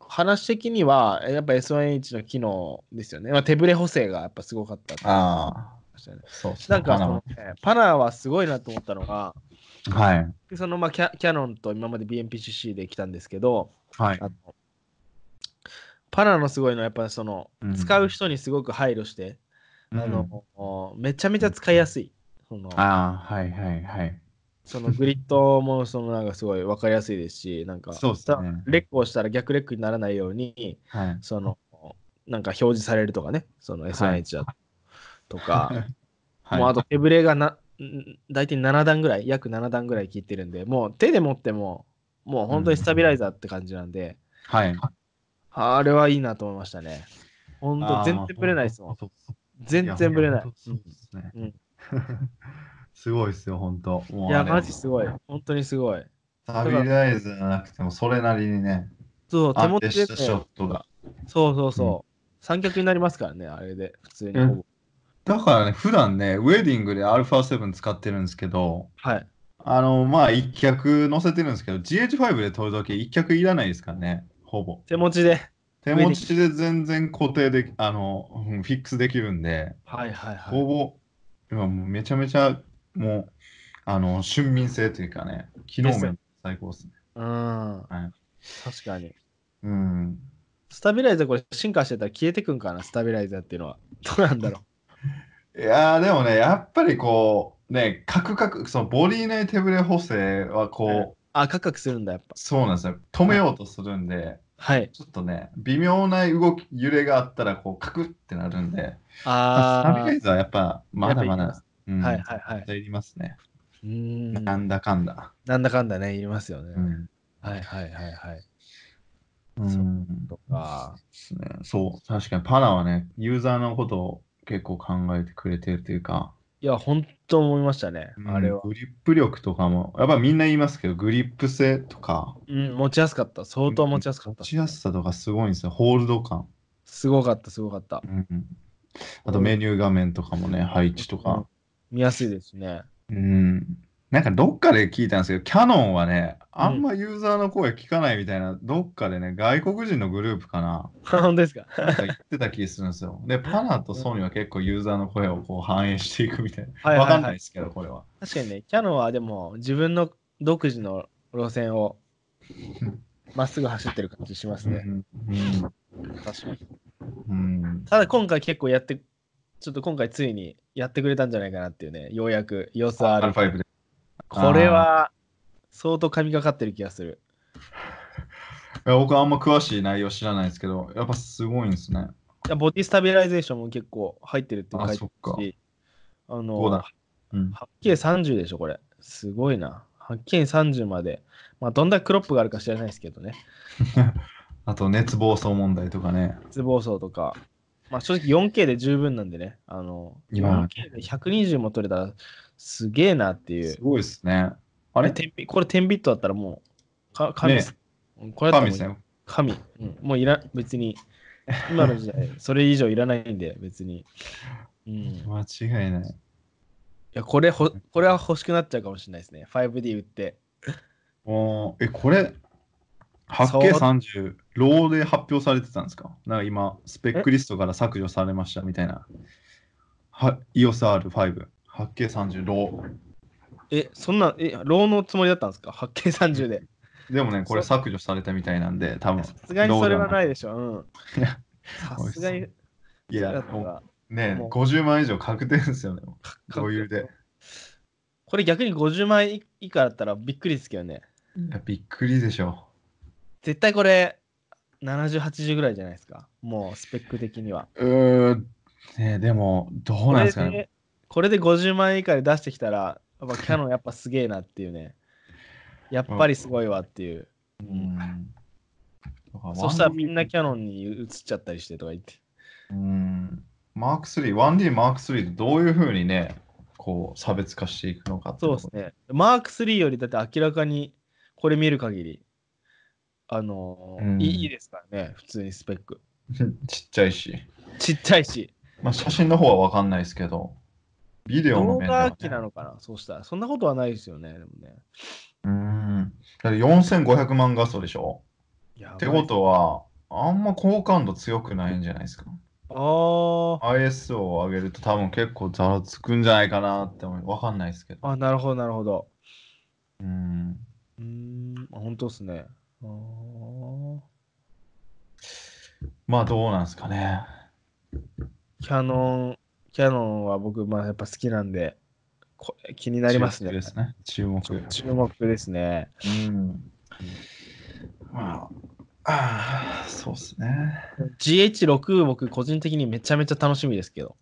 [SPEAKER 2] 話的には、やっぱ S1H の機能ですよね。まあ、手ぶれ補正がやっぱすごかったって言って
[SPEAKER 1] ああ、
[SPEAKER 2] ましたよね。
[SPEAKER 1] そうっす
[SPEAKER 2] な
[SPEAKER 1] ね
[SPEAKER 2] んかその、ね、パナーはすごいなと思ったのが、
[SPEAKER 1] はい。
[SPEAKER 2] そのまあキャキャノンと今まで BMPCC で来たんですけど、
[SPEAKER 1] はい
[SPEAKER 2] あ。のパナーのすごいのはやっぱその、
[SPEAKER 1] うん
[SPEAKER 2] 使う人にすごく配慮して、
[SPEAKER 1] うん
[SPEAKER 2] あの、めちゃめちゃ使いやすい。その
[SPEAKER 1] ああ、はいはいはい。
[SPEAKER 2] そのグリッドもそのなんかすごい分かりやすいですし、なんか、
[SPEAKER 1] そうっすね
[SPEAKER 2] たレックをしたら逆レックにならないように、 (laughs)
[SPEAKER 1] はい。
[SPEAKER 2] その、なんか表示されるとかね、その SNH だとか、
[SPEAKER 1] はい、
[SPEAKER 2] もうあと手ぶれがなん大体7段ぐらい、約7段ぐらい効いてるんで、もう手で持っても、もう本当にスタビライザーって感じなんで、
[SPEAKER 1] はい。
[SPEAKER 2] あれはいいなと思いましたね。本当全然ぶれないですもん。
[SPEAKER 1] そう
[SPEAKER 2] 全然ぶれない
[SPEAKER 1] や。ほんとそうですね
[SPEAKER 2] うん
[SPEAKER 1] (laughs) すごいですよ、本当もう
[SPEAKER 2] いや、
[SPEAKER 1] あれ
[SPEAKER 2] マジすごい。本当にすごい。
[SPEAKER 1] サビライズじゃなくても、それなりにね、
[SPEAKER 2] そう、手
[SPEAKER 1] 安
[SPEAKER 2] 元
[SPEAKER 1] 定
[SPEAKER 2] で、ね
[SPEAKER 1] し、たショットが。
[SPEAKER 2] そうそうそう。三脚になりますからね、あれで、普通にほぼ。
[SPEAKER 1] うだからね、普段ね、ウェディングで α7 使ってるんですけど、
[SPEAKER 2] はい。
[SPEAKER 1] あの、まあ、1脚乗せてるんですけど、GH5 で取るとき1脚いらないですからね、ほぼ。
[SPEAKER 2] 手持ちで。
[SPEAKER 1] 手持ちで全然固定でき、あの、うんフィックスできるんで、
[SPEAKER 2] はいはいはい。
[SPEAKER 1] ほぼ、今もうめちゃめちゃ、もう、あの、俊敏性というかね、機能面最高ですね。
[SPEAKER 2] うん。
[SPEAKER 1] はい
[SPEAKER 2] 確かに。
[SPEAKER 1] うん。
[SPEAKER 2] スタビライザーこれ進化してたら消えてくんかな、スタビライザーっていうのは。どうなんだろ
[SPEAKER 1] (laughs) いやーでもね、やっぱりこう、ね、カクカク、そのボディ内手ぶれ補正はこう、
[SPEAKER 2] うんう。あ、カクカクするんだ、やっぱ。
[SPEAKER 1] そうなんですよ。止めようとするんで、
[SPEAKER 2] はい。
[SPEAKER 1] ちょっとね、微妙な動き、揺れがあったら、こう、カクってなるんで、スタビ
[SPEAKER 2] あ
[SPEAKER 1] ライザーはやっぱ、まだま
[SPEAKER 2] やっぱ
[SPEAKER 1] だ、う
[SPEAKER 2] あ。
[SPEAKER 1] ん、
[SPEAKER 2] はいはいはい。
[SPEAKER 1] いりますね。
[SPEAKER 2] うーん。
[SPEAKER 1] な
[SPEAKER 2] なん
[SPEAKER 1] だかんだ。
[SPEAKER 2] んだかんだね、いりますよね。
[SPEAKER 1] うん。
[SPEAKER 2] はいはいはいはい。
[SPEAKER 1] うん
[SPEAKER 2] そ
[SPEAKER 1] そ
[SPEAKER 2] とか。
[SPEAKER 1] うですねそう、確かにパラはね、ユーザーのことを結構考えてくれてるというか、
[SPEAKER 2] いや、本当思いましたね、あれは。
[SPEAKER 1] グリップ力とかも、やっぱみんな言いますけど、グリップ性とか、
[SPEAKER 2] うん、持ちやすかった。相当持ちやすかった
[SPEAKER 1] 持。ちやすさとかすごいんですよ、ホールド感。
[SPEAKER 2] すごかった、すごかった
[SPEAKER 1] う。ん、あとメニュー画面とかもね、配置とか。
[SPEAKER 2] 見やすいですね。 (laughs)
[SPEAKER 1] うん、なんかどっかで聞いたんですけど、キャノンはね、あんまユーザーの声聞かないみたいな、どっかでね、外国人のグループかな、
[SPEAKER 2] 本当ですか。
[SPEAKER 1] なんか言ってた気するん
[SPEAKER 2] (laughs)
[SPEAKER 1] ですよ。で、パナとソニーは結構ユーザーの声をこう反映していくみたいな。
[SPEAKER 2] はい
[SPEAKER 1] わ
[SPEAKER 2] は
[SPEAKER 1] か
[SPEAKER 2] い
[SPEAKER 1] んない
[SPEAKER 2] はい。
[SPEAKER 1] ですけど、これは。
[SPEAKER 2] 確かにね、キャノンはでも自分の独自の路線
[SPEAKER 1] (laughs)
[SPEAKER 2] を
[SPEAKER 1] うん
[SPEAKER 2] まっすぐ走ってる感じしますね。確かに。
[SPEAKER 1] うんうん
[SPEAKER 2] ただ今回結構やって、ちょっと今回ついにやってくれたんじゃないかなっていうね、ようやく様子あ
[SPEAKER 1] アル
[SPEAKER 2] る
[SPEAKER 1] フ。ァイブで。
[SPEAKER 2] これは相当神がかってる気がする。
[SPEAKER 1] いや僕はあんま詳しい内容知らないですけど、やっぱすごいんですね。
[SPEAKER 2] いやボディスタビライゼーションも結構入ってるって書い
[SPEAKER 1] あ
[SPEAKER 2] て
[SPEAKER 1] そっ
[SPEAKER 2] る
[SPEAKER 1] か
[SPEAKER 2] し、あ
[SPEAKER 1] そう
[SPEAKER 2] の
[SPEAKER 1] だ、うん、
[SPEAKER 2] 八景30でしょ、これ。すごいな。八景30まで。まあ、どんだけクロップがあるか知らないですけどね。
[SPEAKER 1] あと、熱暴走問題とかね。
[SPEAKER 2] 絶望層とか、まあ、正直 4K で十分なんでね、あの、
[SPEAKER 1] 今
[SPEAKER 2] 4K で120も取れたらすげえなっていう
[SPEAKER 1] す。ごいですね。あれ
[SPEAKER 2] で10ビこれ10ビットだったらもう、か神です、うんこれだったら
[SPEAKER 1] 神で
[SPEAKER 2] もう
[SPEAKER 1] すね。
[SPEAKER 2] 神、うんもういら、別に、今の時
[SPEAKER 1] (laughs)
[SPEAKER 2] 代、それ以上いらないんで、別に。うん、い
[SPEAKER 1] 間違いない。
[SPEAKER 2] やこれほ、これは欲しくなっちゃうかもしれないですね。5D 売って。
[SPEAKER 1] おーえ、これ、8K30、ローで発表されてたんですかなんか今、スペックリストから削除されましたみたいな。は EOSR5、8K30、ロ
[SPEAKER 2] え、そんな、え、ローのつもりだったんですか ?8K30 で。
[SPEAKER 1] ー。でもね、これ削除されたみたいなんで、多分。
[SPEAKER 2] さすがにそれはないいでしょ。
[SPEAKER 1] (laughs)
[SPEAKER 2] うん。さすがに、
[SPEAKER 1] い
[SPEAKER 2] だ
[SPEAKER 1] や、
[SPEAKER 2] った
[SPEAKER 1] も
[SPEAKER 2] ら
[SPEAKER 1] うね
[SPEAKER 2] もう
[SPEAKER 1] 50万以上確定ですよね。余裕で。
[SPEAKER 2] これ逆に50万円以下だったらびっくりですけどね。
[SPEAKER 1] いやびっくりでしょ。
[SPEAKER 2] 絶対これ70、80ぐらいじゃないですか。もうスペック的には。
[SPEAKER 1] うーん、ね、でも、どうなんですか
[SPEAKER 2] これ
[SPEAKER 1] ね。
[SPEAKER 2] でこれで50万円以下で出してきたら、やっぱキャノンやっぱすげえなっていう
[SPEAKER 1] (laughs)
[SPEAKER 2] ね。やっぱりすごいわっていう。
[SPEAKER 1] うん。
[SPEAKER 2] そしたらみんなキャノンに移っちゃったりしてとか言って。
[SPEAKER 1] うんマーク3、1D マーク3とどういうふうにね、こう差別化していくのかってい
[SPEAKER 2] そう
[SPEAKER 1] こ
[SPEAKER 2] で
[SPEAKER 1] と
[SPEAKER 2] す。ね。マーク3よりだって明らかにこれ見る限り、あのー
[SPEAKER 1] うん
[SPEAKER 2] いいいいですからね、普通にスペック。
[SPEAKER 1] (laughs) ちっちゃいし、
[SPEAKER 2] ちっちゃいし。
[SPEAKER 1] まあ、写真の方はわかんないですけど、ビデオの
[SPEAKER 2] 動
[SPEAKER 1] 面では
[SPEAKER 2] 画
[SPEAKER 1] ね、
[SPEAKER 2] 機なのかな、そうしたら。そんなことはないですよね。でもね
[SPEAKER 1] うん。だって4500万画素でしょ
[SPEAKER 2] やばい
[SPEAKER 1] ってことは、あんま好感度強くないんじゃないですか。
[SPEAKER 2] あ
[SPEAKER 1] ISO を上げると多分結構ざらつくんじゃないかなって思う。わかんないですけど。
[SPEAKER 2] あ、あ、なるほど、なるほど。
[SPEAKER 1] うん。
[SPEAKER 2] うーん、あ本当ですね。あー
[SPEAKER 1] まあどうなんですかね。
[SPEAKER 2] キャノン、キャノンは僕、まあやっぱ好きなんで、これ気になります
[SPEAKER 1] 注目
[SPEAKER 2] ね
[SPEAKER 1] で。すね。注目。
[SPEAKER 2] 注目ですね。
[SPEAKER 1] うん。まあ、ああ、そうですね。
[SPEAKER 2] GH6、僕、個人的にめちゃめちゃ楽しみですけど。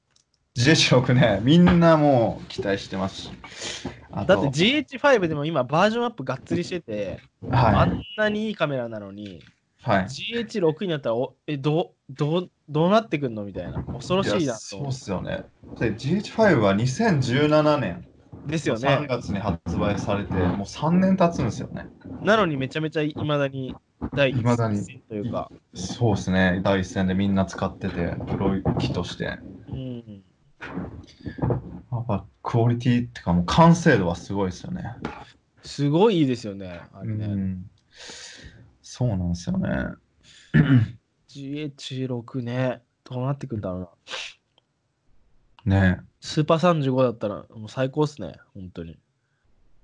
[SPEAKER 1] ジェショクね、みんなもう期待してますし。あ
[SPEAKER 2] だ
[SPEAKER 1] と
[SPEAKER 2] って GH5 でも今、バージョンアップがっつりしてて、あ
[SPEAKER 1] は
[SPEAKER 2] んなにいいカメラなのに、
[SPEAKER 1] い。はい
[SPEAKER 2] GH6 になったらお、え、どう、どう、どうなってくんのみたいな。恐ろしい
[SPEAKER 1] い
[SPEAKER 2] な
[SPEAKER 1] や
[SPEAKER 2] と
[SPEAKER 1] そうっすよね。で GH5 は2017年
[SPEAKER 2] ですよ
[SPEAKER 1] 3
[SPEAKER 2] ね。
[SPEAKER 1] 月に発売されて、もう3年経つんですよね。
[SPEAKER 2] なのにめちゃめちゃいまだに第一
[SPEAKER 1] 未だに
[SPEAKER 2] 線というか。
[SPEAKER 1] そうですね。第一線でみんな使ってて、プロ機として。や
[SPEAKER 2] うん。
[SPEAKER 1] っぱクオリティっていうか、もう完成度はすごいですよね。
[SPEAKER 2] すごいいいですよね。あれね。
[SPEAKER 1] うん。そうなんですよね。
[SPEAKER 2] GH6 ね。どうなってくんだろうな。
[SPEAKER 1] ね
[SPEAKER 2] スーパー35だったらもう最高っすね。本当に。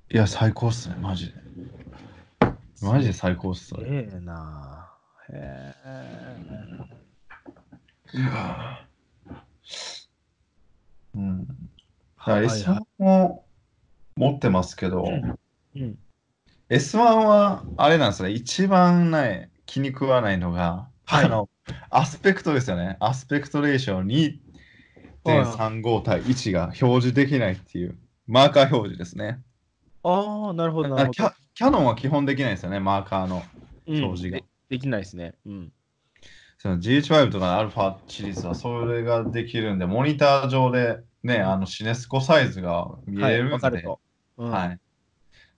[SPEAKER 1] え。いや、最高っすね。マジで。マジで最高っす
[SPEAKER 2] す
[SPEAKER 1] それ。
[SPEAKER 2] げえなへえ。
[SPEAKER 1] うん。だから
[SPEAKER 2] はいは
[SPEAKER 1] S1 も持ってますけど、
[SPEAKER 2] いうん。
[SPEAKER 1] S1 はあれなんですね、一番ね、気に食わないのが、
[SPEAKER 2] はい
[SPEAKER 1] あの、アスペクトですよね。アスペクトレーション2.35対1が表示できないっていう、マーカー表示ですね。
[SPEAKER 2] ああ、なるほど、な
[SPEAKER 1] あ
[SPEAKER 2] るほ
[SPEAKER 1] キ
[SPEAKER 2] ど
[SPEAKER 1] ャ。キャノンは基本できないですよね、マーカーの
[SPEAKER 2] うん
[SPEAKER 1] 表示が
[SPEAKER 2] で。できないですね。うん。
[SPEAKER 1] その GH5 とかの α シリーズはそれができるんで、モニター上でね、あのシネスコサイズが見
[SPEAKER 2] は
[SPEAKER 1] え
[SPEAKER 2] い
[SPEAKER 1] るんで、
[SPEAKER 2] わかると。うん
[SPEAKER 1] はい。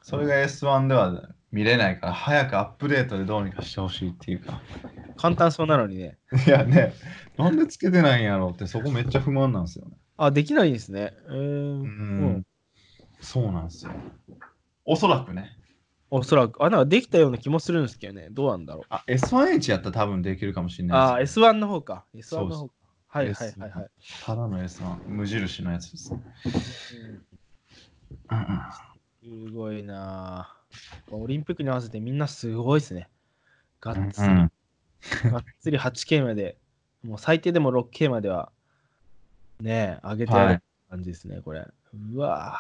[SPEAKER 1] それが S1 では見れないから、早くアップデートでどうにかしてほしいっていうか。 (laughs)
[SPEAKER 2] 簡単そうなのにね。
[SPEAKER 1] いやね、なんでつけてないんやろうって、そこめっちゃ不満なんですよね。
[SPEAKER 2] あ、できないんですね。うー。
[SPEAKER 1] うんん。そうなんですよ。おそらくね。
[SPEAKER 2] おそらく。あ、なんかできたような気もするんですけどね。どうなんだろう。
[SPEAKER 1] あ、S1H やったら多分できるかもしれ
[SPEAKER 2] あ
[SPEAKER 1] ない
[SPEAKER 2] ー、
[SPEAKER 1] です。
[SPEAKER 2] S1 の方か。S1
[SPEAKER 1] そう
[SPEAKER 2] の
[SPEAKER 1] です
[SPEAKER 2] 方か。はいはいはいはい。
[SPEAKER 1] ただの S1、無印のやつですね。うんうん
[SPEAKER 2] うんすごいなぁオリンピックに合わせてみんなすごいですね。がっつり、
[SPEAKER 1] うん
[SPEAKER 2] がっつり 8K まで、もう最低でも 6K までは、ねえ、上げてや
[SPEAKER 1] は
[SPEAKER 2] る感じですね、これ。うわ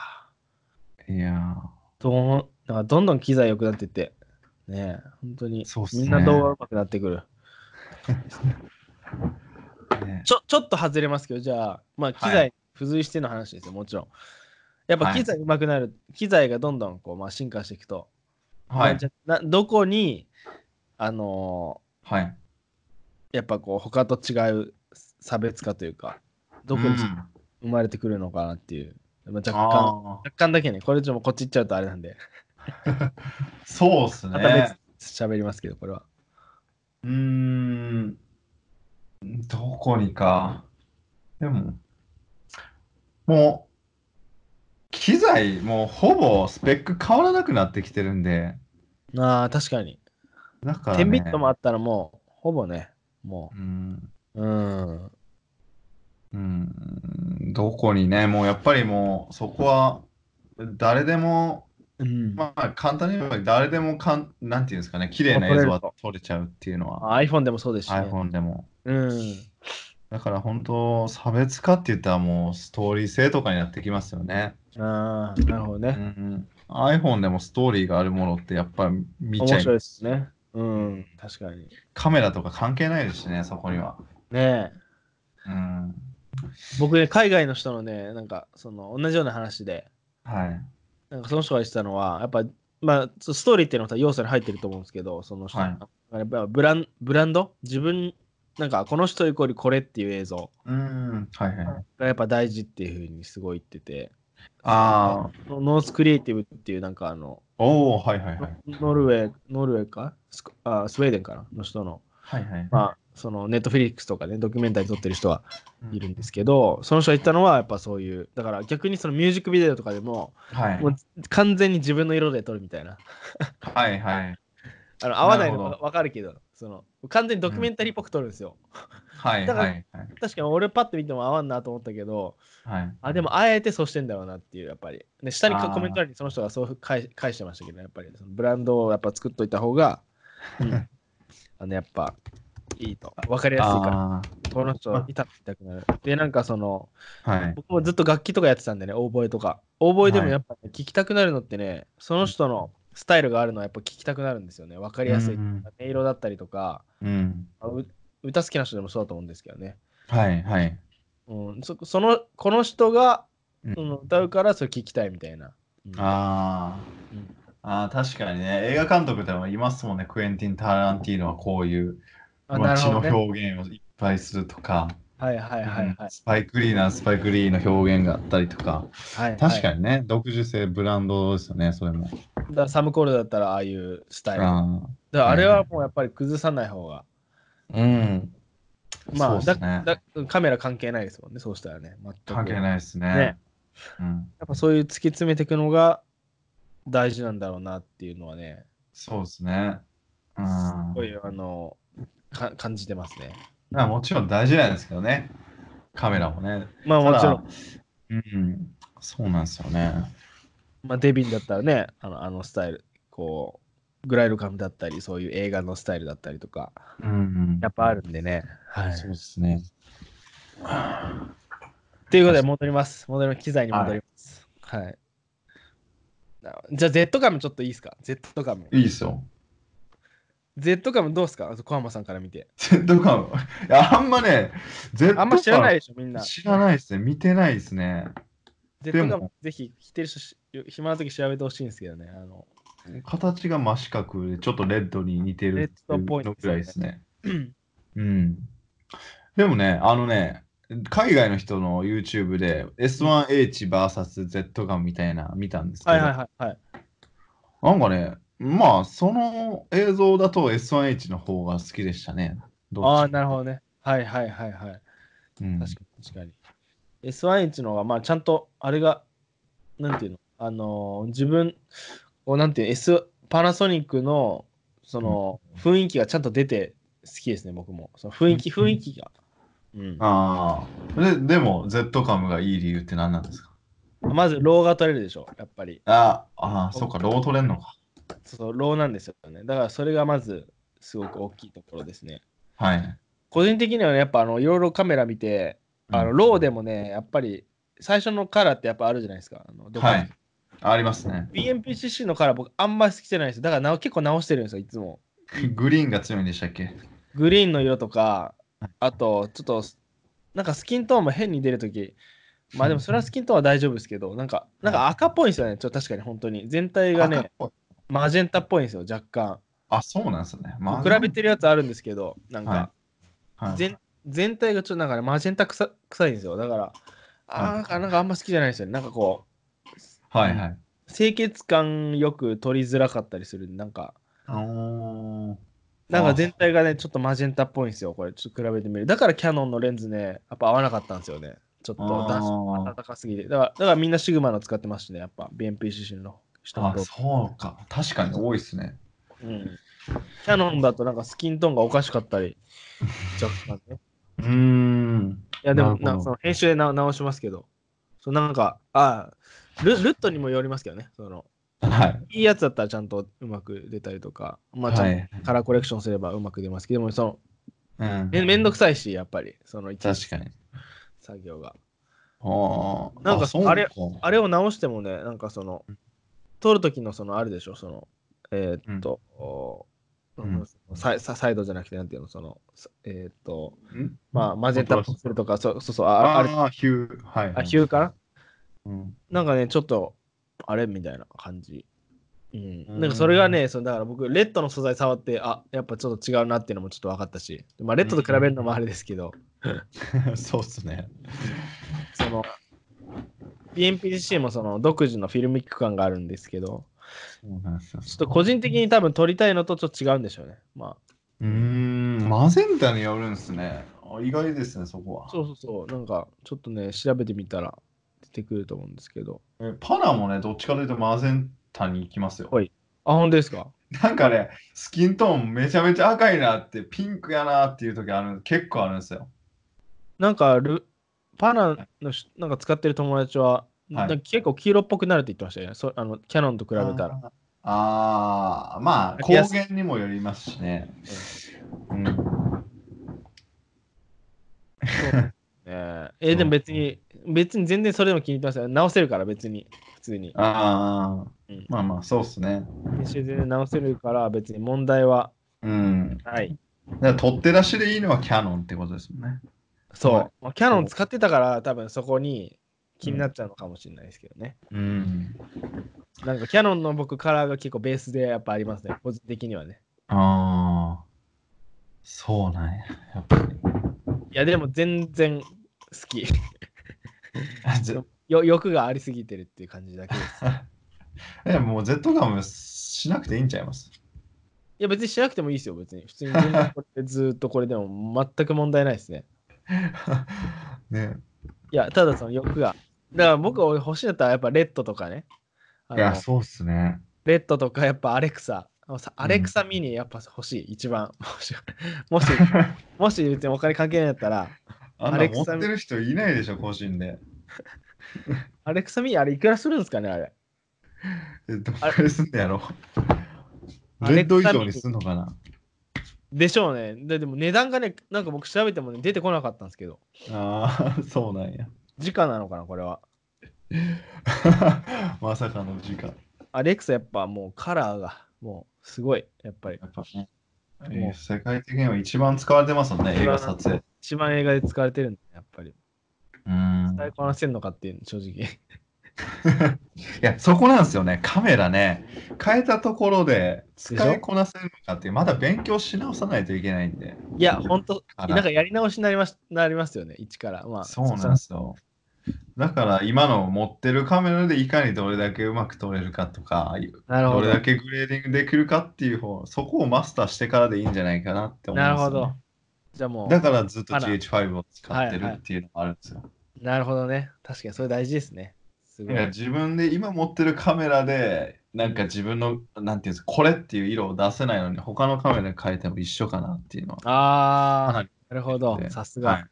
[SPEAKER 2] ぁ。
[SPEAKER 1] い。いや
[SPEAKER 2] どんなんかどんどん機材良くなってって、ねえ、本当に、
[SPEAKER 1] そうっすね
[SPEAKER 2] みんな動画上手くなってくる。
[SPEAKER 1] ー、ね
[SPEAKER 2] ちょちょっと外れますけど、じゃあ、まあ、機
[SPEAKER 1] は
[SPEAKER 2] 材付随しての話ですよ、もちろん。やっぱ機材上手くなる、機材がどんどんこう、まあ、進化していくと、
[SPEAKER 1] は
[SPEAKER 2] まあ
[SPEAKER 1] い
[SPEAKER 2] じ。ゃあなどこに、あの
[SPEAKER 1] はい。
[SPEAKER 2] ーやっぱこう、他と違う差別化というか、どこ
[SPEAKER 1] う
[SPEAKER 2] に
[SPEAKER 1] ん
[SPEAKER 2] 生まれてくるのかなっていう、まあ、若干、
[SPEAKER 1] あ
[SPEAKER 2] 若干だけね、これちょっとこっち行っちゃうとあれなんで、
[SPEAKER 1] ーそうっす
[SPEAKER 2] また別に。
[SPEAKER 1] ね
[SPEAKER 2] 喋りますけど、これは。
[SPEAKER 1] うーん、どこにか。でも、もう、機材、もうほぼスペック変わらなくなってきてるんで、
[SPEAKER 2] ああ、確かに。
[SPEAKER 1] だから、ね、
[SPEAKER 2] 10ビットもあったらもう、ほぼね、も
[SPEAKER 1] うん、
[SPEAKER 2] う、うん。
[SPEAKER 1] うん、どこにね、もうやっぱりもう、そこは、誰でも、
[SPEAKER 2] うん
[SPEAKER 1] まあ簡単に言えば誰でもかん、なんていうんですかね、綺麗な映像は撮れちゃうっていうのは、
[SPEAKER 2] iPhone でもそうですし、ね。
[SPEAKER 1] iPhone でも。
[SPEAKER 2] うん。
[SPEAKER 1] だから本当、差別化って言ったらもうストーリー性とかになってきますよね。
[SPEAKER 2] ああ、なるほど
[SPEAKER 1] う
[SPEAKER 2] ね。
[SPEAKER 1] ん、iPhone でもストーリーがあるものってやっぱり見ちゃ
[SPEAKER 2] 面
[SPEAKER 1] い
[SPEAKER 2] 白いですね。うん、確かに。
[SPEAKER 1] カメラとか関係ないですしね、そこには。
[SPEAKER 2] ねえ。
[SPEAKER 1] うん、
[SPEAKER 2] 僕ね、海外の人のね、なんか、その、同じような話で、
[SPEAKER 1] はい。
[SPEAKER 2] なんかその人が言ってたのは、やっぱ、まあ、そうストーリーっていうのは要素に入ってると思うんですけど、その人、
[SPEAKER 1] はい
[SPEAKER 2] やっぱブランブランド自分、なんか、この人イコールこれっていう映像
[SPEAKER 1] うん、はいはい。
[SPEAKER 2] がやっぱ大事っていうふうにすごい言ってて、
[SPEAKER 1] ああ、
[SPEAKER 2] ノノースクリエイティブっていう、なんかあの、
[SPEAKER 1] おお、はいはいはい。
[SPEAKER 2] ノルウェー、ノルウェーかスコあスウェーデンかなの人の、
[SPEAKER 1] はいはい。
[SPEAKER 2] まあ、そのネットフィリックスとかね、ドキュメンタリー撮ってる人が
[SPEAKER 1] うん
[SPEAKER 2] いるんですけど、その人が言ったのは、やっぱそういう、だから逆にそのミュージックビデオとかでも、
[SPEAKER 1] はい
[SPEAKER 2] もう完全に自分の色で撮るみたいな。
[SPEAKER 1] はいはい。
[SPEAKER 2] あの合わないの
[SPEAKER 1] なる
[SPEAKER 2] わ
[SPEAKER 1] ほ
[SPEAKER 2] わかるけど、その完全にドキュメンタリーっぽく撮るんですよ。
[SPEAKER 1] はい
[SPEAKER 2] だか
[SPEAKER 1] は
[SPEAKER 2] ら
[SPEAKER 1] いはい。
[SPEAKER 2] 確かに俺パッと見ても合わんなと思ったけど、
[SPEAKER 1] はい、
[SPEAKER 2] あ、でもあえてそうしてんだろうなっていう、やっぱり。で下にか
[SPEAKER 1] あー
[SPEAKER 2] コメント欄にその人がそう返し返してましたけど、やっぱりそのブランドをやっぱ作っといた方が、うんあのやっぱいいと。わかりやすいから。
[SPEAKER 1] あ
[SPEAKER 2] この人、いたってたくなる。で、なんかその、
[SPEAKER 1] あ、はい。
[SPEAKER 2] 僕もずっと楽器とかやってたんでね、オーボエとか。オーボエでも
[SPEAKER 1] はい
[SPEAKER 2] やっぱ、ね聞きたくなるのってね、その人のスタイルがあるのはやっぱ聞きたくなるんですよね。わかりやすい。
[SPEAKER 1] うんうん
[SPEAKER 2] 音色だったりとか、
[SPEAKER 1] うん。
[SPEAKER 2] う歌好きな人でもそうだと思うんですけどね。
[SPEAKER 1] はい、はい。
[SPEAKER 2] うん、そそのこの人が、
[SPEAKER 1] うん
[SPEAKER 2] うん歌うからそれ聞きたいみたいな。うん
[SPEAKER 1] あ
[SPEAKER 2] うん
[SPEAKER 1] あ、ああ、確かにね、映画監督でもいますもんね、クエンティン・タランティーノはこういう
[SPEAKER 2] あなる
[SPEAKER 1] 街
[SPEAKER 2] ほ
[SPEAKER 1] の
[SPEAKER 2] ど、ね。
[SPEAKER 1] 表現をいっぱいするとか、
[SPEAKER 2] はいはいはいはい。
[SPEAKER 1] スパイク・リーなスパイク・リーの表現があったりとか、
[SPEAKER 2] はいはい
[SPEAKER 1] 確かにね、独自性、ブランドですよね、それも。
[SPEAKER 2] だからサムコールだったらああいうスタイル。だか
[SPEAKER 1] あ
[SPEAKER 2] らあれはもうやっぱり崩さない方が。
[SPEAKER 1] あうん。
[SPEAKER 2] ま
[SPEAKER 1] そ
[SPEAKER 2] あ、
[SPEAKER 1] うっす
[SPEAKER 2] だ
[SPEAKER 1] ね
[SPEAKER 2] だカメラ関係ないですもんね、そうしたらね。全く
[SPEAKER 1] 関係ないですね。
[SPEAKER 2] ね
[SPEAKER 1] うん、
[SPEAKER 2] やっぱそういう突き詰めていくのが大事なんだろうなっていうのはね、
[SPEAKER 1] そうですね。うん、
[SPEAKER 2] すごいあのか感じてますね。
[SPEAKER 1] まあもちろん大事なんですけどね、カメラもね。
[SPEAKER 2] まあ
[SPEAKER 1] ただ
[SPEAKER 2] もちろん、。
[SPEAKER 1] うん、そうなんですよね。
[SPEAKER 2] まあ、デビンだったらね、あのあのスタイル、こう、グライルカムだったり、そういう映画のスタイルだったりとか、
[SPEAKER 1] うん、
[SPEAKER 2] やっぱあるんでね。はい、
[SPEAKER 1] そうですね。
[SPEAKER 2] ということで戻ります。戻ります機材に戻ります。はい。なじゃあ Z カムちょっといいですか ?Z カム。
[SPEAKER 1] いいですよ。 (laughs)
[SPEAKER 2] Z カムどうですかあと小浜さんから見て。
[SPEAKER 1] Z カム。いや、あんまね、Z
[SPEAKER 2] あんま知らないで
[SPEAKER 1] し
[SPEAKER 2] しょみんな。
[SPEAKER 1] 知らないですね。見てないですね。
[SPEAKER 2] Z
[SPEAKER 1] で
[SPEAKER 2] カム
[SPEAKER 1] も
[SPEAKER 2] ぜひ来てる人し暇な時調べてほしいんですけどね。あの
[SPEAKER 1] 形が真四角で、ちょっとレッドに似てるっていうのくらいで
[SPEAKER 2] (clears throat)
[SPEAKER 1] すね。うん。でもね、あのね、海外の人の YouTube で S1HVS Z ガンみたいな見たんですけど、
[SPEAKER 2] はいはいはいはい。
[SPEAKER 1] なんかね、まあその映像だと S1H の方が好きでしたね。どっち
[SPEAKER 2] ああ、なるほどね。はいはいはいはい。
[SPEAKER 1] うん
[SPEAKER 2] 確かに確かに。S1H の方が、まあちゃんと、あれが、なんていうの、あのー自分、こうなんていう S、パナソニックの、その、雰囲気がちゃんと出て好きですね、僕も。その雰囲気、
[SPEAKER 1] うん
[SPEAKER 2] 雰囲気が。うん、
[SPEAKER 1] ああ。で、でも Z カムがいい理由って何なんですか
[SPEAKER 2] まず、ローが取れるでしょ、やっぱり。
[SPEAKER 1] ああー、そっか、ロー取れんのか。
[SPEAKER 2] そう、ローなんですよね。だから、それがまず、すごく大きいところですね。
[SPEAKER 1] はい。
[SPEAKER 2] 個人的にはね、やっぱ、あの、いろいろカメラ見て、あの、ローでもね、やっぱり、最初のカラーってやっぱあるじゃないですか。あのどこに
[SPEAKER 1] はい。ありますね。
[SPEAKER 2] BMPCC のカラー僕あんまり好きじゃないです。だからなお結構直してるんですよ、いつも。
[SPEAKER 1] (laughs) グリーンが強いんでしたっけ
[SPEAKER 2] グリーンの色とか、あと、ちょっと、なんかスキントーンも変に出るとき、まあでもそれはスキントーンは大丈夫ですけど、なんか、なんか赤っぽいんですよね、ちょっと確かに本当に。全体が
[SPEAKER 1] 赤っ
[SPEAKER 2] ね、
[SPEAKER 1] ぽい
[SPEAKER 2] マジェンタっぽいんですよ、若干。
[SPEAKER 1] あ、そうなんですね。まあ
[SPEAKER 2] 比べてるやつあるんですけど、なんか、
[SPEAKER 1] はい
[SPEAKER 2] 全全体がちょっとなんかね、マジェンタ臭臭いんですよ。だから、あーなんかなんかあんま好きじゃないですよね。なんかこ
[SPEAKER 1] はいはい。
[SPEAKER 2] う、清潔感よく取りづらかったりするんで、なんか、
[SPEAKER 1] おー
[SPEAKER 2] なんか全体がね、ちょっとマジェンタっぽいんですよ。これ、ちょっと比べてみる。だからキャノンのレンズね、やっぱ合わなかったんですよね。ちょっと暖色
[SPEAKER 1] あ
[SPEAKER 2] 暖
[SPEAKER 1] ー
[SPEAKER 2] かすぎて。だから、だからみんなシグマの使ってましたね。やっぱ BMPCC の人の
[SPEAKER 1] あ、そうか。確かに多いですね。
[SPEAKER 2] うん。キャノンだとなんかスキントーンがおかしかったり、若干ね。
[SPEAKER 1] うーん。
[SPEAKER 2] いや、でも、
[SPEAKER 1] なるほど
[SPEAKER 2] なその編集でな直しますけど、そうなんか、ああル、ルットにもよりますけどね。その
[SPEAKER 1] はい。
[SPEAKER 2] いいやつだったらちゃんとうまく出たりとか、まあ、ちゃ
[SPEAKER 1] は
[SPEAKER 2] んと
[SPEAKER 1] い。
[SPEAKER 2] カラーコレクションすればうまく出ますけど、でもその
[SPEAKER 1] うん、
[SPEAKER 2] め、めんどくさいし、やっぱり、その一日
[SPEAKER 1] 確かに。
[SPEAKER 2] 作業が。
[SPEAKER 1] ああ。
[SPEAKER 2] なんか
[SPEAKER 1] そう
[SPEAKER 2] あれあれを直してもね、なんかその
[SPEAKER 1] うん、
[SPEAKER 2] 撮るときのその、あるでしょ、その、えーっと、
[SPEAKER 1] うん
[SPEAKER 2] うんサイササイドじゃなくて、なんていうの、その、さえーっと、
[SPEAKER 1] ん
[SPEAKER 2] まあ、マジェンタップするとか、そうそうそう、
[SPEAKER 1] あ
[SPEAKER 2] ああれ、
[SPEAKER 1] あー、ヒュー。はい。
[SPEAKER 2] あ、ヒューかな
[SPEAKER 1] うん。
[SPEAKER 2] なんかね、ちょっと、あれみたいな感じ。うん、
[SPEAKER 1] うん
[SPEAKER 2] なんかそれがね、そのだから僕、レッドの素材触って、あやっぱちょっと違うなっていうのもちょっと分かったし、まあ、レッドと比べるのもあれですけど、
[SPEAKER 1] (laughs) そうっすね。
[SPEAKER 2] その、BMPCC もその独自のフィルミック感があるんですけど、
[SPEAKER 1] そうなんですよ。
[SPEAKER 2] ちょっと個人的に多分撮りたいのとちょっと違うんでしょうね。ま
[SPEAKER 1] うーん。マゼンタによるんですね。あ意外ですね、そこ
[SPEAKER 2] あ、
[SPEAKER 1] は。
[SPEAKER 2] そうそうそう、なんかちょっとね、調べてみたら出てくると思うんですけど。
[SPEAKER 1] えパナもね、どっちかというとマゼンタに行きますよ。
[SPEAKER 2] はいあ、本当ですか
[SPEAKER 1] (laughs) なんかね、スキントーンめちゃめちゃ赤いなって、ピンクやなっていう時ある結構あるんですよ。
[SPEAKER 2] なんかル、パナのしなんか使ってる友達は、
[SPEAKER 1] はい
[SPEAKER 2] なんか結構黄色っぽくなるって言ってましたよね。そあのキャノンと比べたら。
[SPEAKER 1] あーあーまあ、
[SPEAKER 2] 書きや
[SPEAKER 1] 光
[SPEAKER 2] すい
[SPEAKER 1] 源にもよりますしね。うん。
[SPEAKER 2] (laughs) えーえでも別に、別に全然それでも気に入ってますよ。直せるから別に、普通に。
[SPEAKER 1] ああ、
[SPEAKER 2] うん
[SPEAKER 1] まあまあ、そうっすね。
[SPEAKER 2] 編集全然直せるから別に問題は
[SPEAKER 1] うん。だ
[SPEAKER 2] ない。
[SPEAKER 1] から取って出しでいいのはキャノンってことですもんね。
[SPEAKER 2] そう。
[SPEAKER 1] はい
[SPEAKER 2] まあキャノン使ってたから多分そこに気になっちゃうのかもしれないですけどね。
[SPEAKER 1] うん。
[SPEAKER 2] なんかキャノンの僕カラーが結構ベースでやっぱありますね。個人的にはね。
[SPEAKER 1] ああ、そうなんや。やっぱり。
[SPEAKER 2] いやでも全然好き。
[SPEAKER 1] あぜ
[SPEAKER 2] よ欲がありすぎてるっていう感じだけです。
[SPEAKER 1] (laughs) え、もう Z ガムしなくていいんちゃいます。 (laughs)
[SPEAKER 2] いや別にしなくてもいいですよ、別に。普通に全然これで (laughs) ずーっとこれでも全く問題ないですね。
[SPEAKER 1] ね。
[SPEAKER 2] いや、ただその欲が。だから僕が欲しいんだったらやっぱレッドとかね。あの
[SPEAKER 1] そうっすね。
[SPEAKER 2] レッドとかやっぱアレクサ。あのさ
[SPEAKER 1] うん
[SPEAKER 2] アレクサミニやっぱ欲しい、一番。 (laughs) もし、もし、もし別にお金関係ないんだったら、
[SPEAKER 1] あん
[SPEAKER 2] ア
[SPEAKER 1] な
[SPEAKER 2] レク
[SPEAKER 1] 持っ
[SPEAKER 2] サ
[SPEAKER 1] てる人いないでしょ、個人で。
[SPEAKER 2] アレクサミニあれいくらするんですかね、あれ。
[SPEAKER 1] え、ど
[SPEAKER 2] あ
[SPEAKER 1] これすんのやろ
[SPEAKER 2] ア
[SPEAKER 1] レ
[SPEAKER 2] レ
[SPEAKER 1] ッド
[SPEAKER 2] ク
[SPEAKER 1] 以
[SPEAKER 2] サ
[SPEAKER 1] 上にすんのかな
[SPEAKER 2] でしょうね。ででも値段がね、なんか僕調べてもね、出てこなかったんですけど、
[SPEAKER 1] ああ、 (laughs) そうなんや。
[SPEAKER 2] 時価なのかな、これは。
[SPEAKER 1] まさかの時間。
[SPEAKER 2] アレクサやっぱもうカラーが、もうすごい、やっぱり。
[SPEAKER 1] やっぱね、えー世界的には一番使われてますもんね、映画撮影。
[SPEAKER 2] 一番映画で使われてるんだ、やっぱり。
[SPEAKER 1] うん。
[SPEAKER 2] 使いこなせんのかっていう、正直。
[SPEAKER 1] いや、そこなんですよね、カメラね、変えたところで使
[SPEAKER 2] ょ
[SPEAKER 1] いこなせるのかっていう、まだ勉強し直さないといけないんで、
[SPEAKER 2] いや、ほんと、
[SPEAKER 1] あ
[SPEAKER 2] なん
[SPEAKER 1] ら
[SPEAKER 2] かやり直しになりますなりますよね、一から。まあ、
[SPEAKER 1] そうなんですよ。だから今の持ってるカメラでいかにどれだけうまく撮れるかとか、
[SPEAKER 2] なる
[SPEAKER 1] ど
[SPEAKER 2] ほ
[SPEAKER 1] れ
[SPEAKER 2] ど
[SPEAKER 1] だ。けグレーディングできるかっていう方、そこをマスターしてからでいいんじゃないかなって思い
[SPEAKER 2] なる
[SPEAKER 1] ます
[SPEAKER 2] ほ
[SPEAKER 1] よね、
[SPEAKER 2] ど。じゃあもう。
[SPEAKER 1] だからずっと
[SPEAKER 2] あら
[SPEAKER 1] GH5 を使ってるっていうのもあるんですよ。
[SPEAKER 2] なるほどね。確かにそれ大事ですね。すごい。
[SPEAKER 1] なんか
[SPEAKER 2] はい
[SPEAKER 1] 自分で今持ってるカメラでなんか自分のなんていうんですかこれっていう色を出せないのに他のカメラで変えても一緒かなっていうのは
[SPEAKER 2] あ
[SPEAKER 1] かな
[SPEAKER 2] あ
[SPEAKER 1] り、
[SPEAKER 2] なるほど。
[SPEAKER 1] で
[SPEAKER 2] さすが、
[SPEAKER 1] はい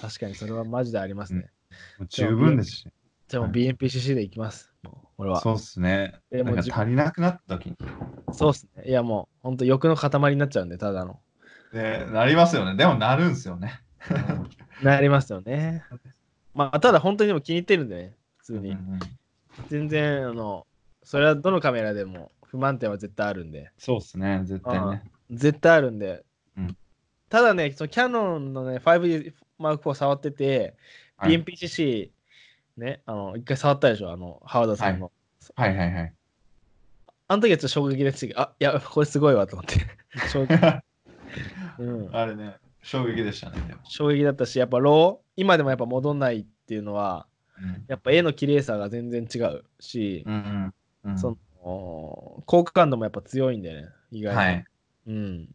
[SPEAKER 2] 確かにそれはマジでありますね。
[SPEAKER 1] もう十分ですし
[SPEAKER 2] じゃあもう
[SPEAKER 1] は
[SPEAKER 2] BNPCC でいきます。もう俺は。
[SPEAKER 1] そうっすね
[SPEAKER 2] で
[SPEAKER 1] なん
[SPEAKER 2] も
[SPEAKER 1] か
[SPEAKER 2] じ
[SPEAKER 1] 足りなくなった時に
[SPEAKER 2] そうっすね。いやもう、ほんと欲の塊になっちゃうんで、ただ
[SPEAKER 1] (laughs)
[SPEAKER 2] の。
[SPEAKER 1] でなりますよねでもなるんですよね
[SPEAKER 2] なりますよね。まあ、ただ本当にでも気に入ってるんでね、普通
[SPEAKER 1] うんう
[SPEAKER 2] に。
[SPEAKER 1] ん
[SPEAKER 2] 全然、あの、それはどのカメラでも不満点は絶対あるんで。
[SPEAKER 1] そうっすね絶対ね
[SPEAKER 2] 絶対あるんで、
[SPEAKER 1] うん
[SPEAKER 2] ただねそのキャノンのね 5D M4 触ってて、
[SPEAKER 1] はい
[SPEAKER 2] BMPCC ねあの一回触ったでしょあのハワードさんの、
[SPEAKER 1] はいはいはい
[SPEAKER 2] あの時はちょっと衝撃でしたけどあいやこれすごいわと思って
[SPEAKER 1] (laughs)
[SPEAKER 2] 衝撃、うん、
[SPEAKER 1] あれね衝撃でしたねでも、
[SPEAKER 2] 衝撃だったしやっぱロー今でもやっぱ戻んないっていうのは
[SPEAKER 1] うん
[SPEAKER 2] やっぱ絵の綺麗さが全然違うし、
[SPEAKER 1] うんうんうん
[SPEAKER 2] その効果感度もやっぱ強いんだよね意外に、
[SPEAKER 1] はい
[SPEAKER 2] うん。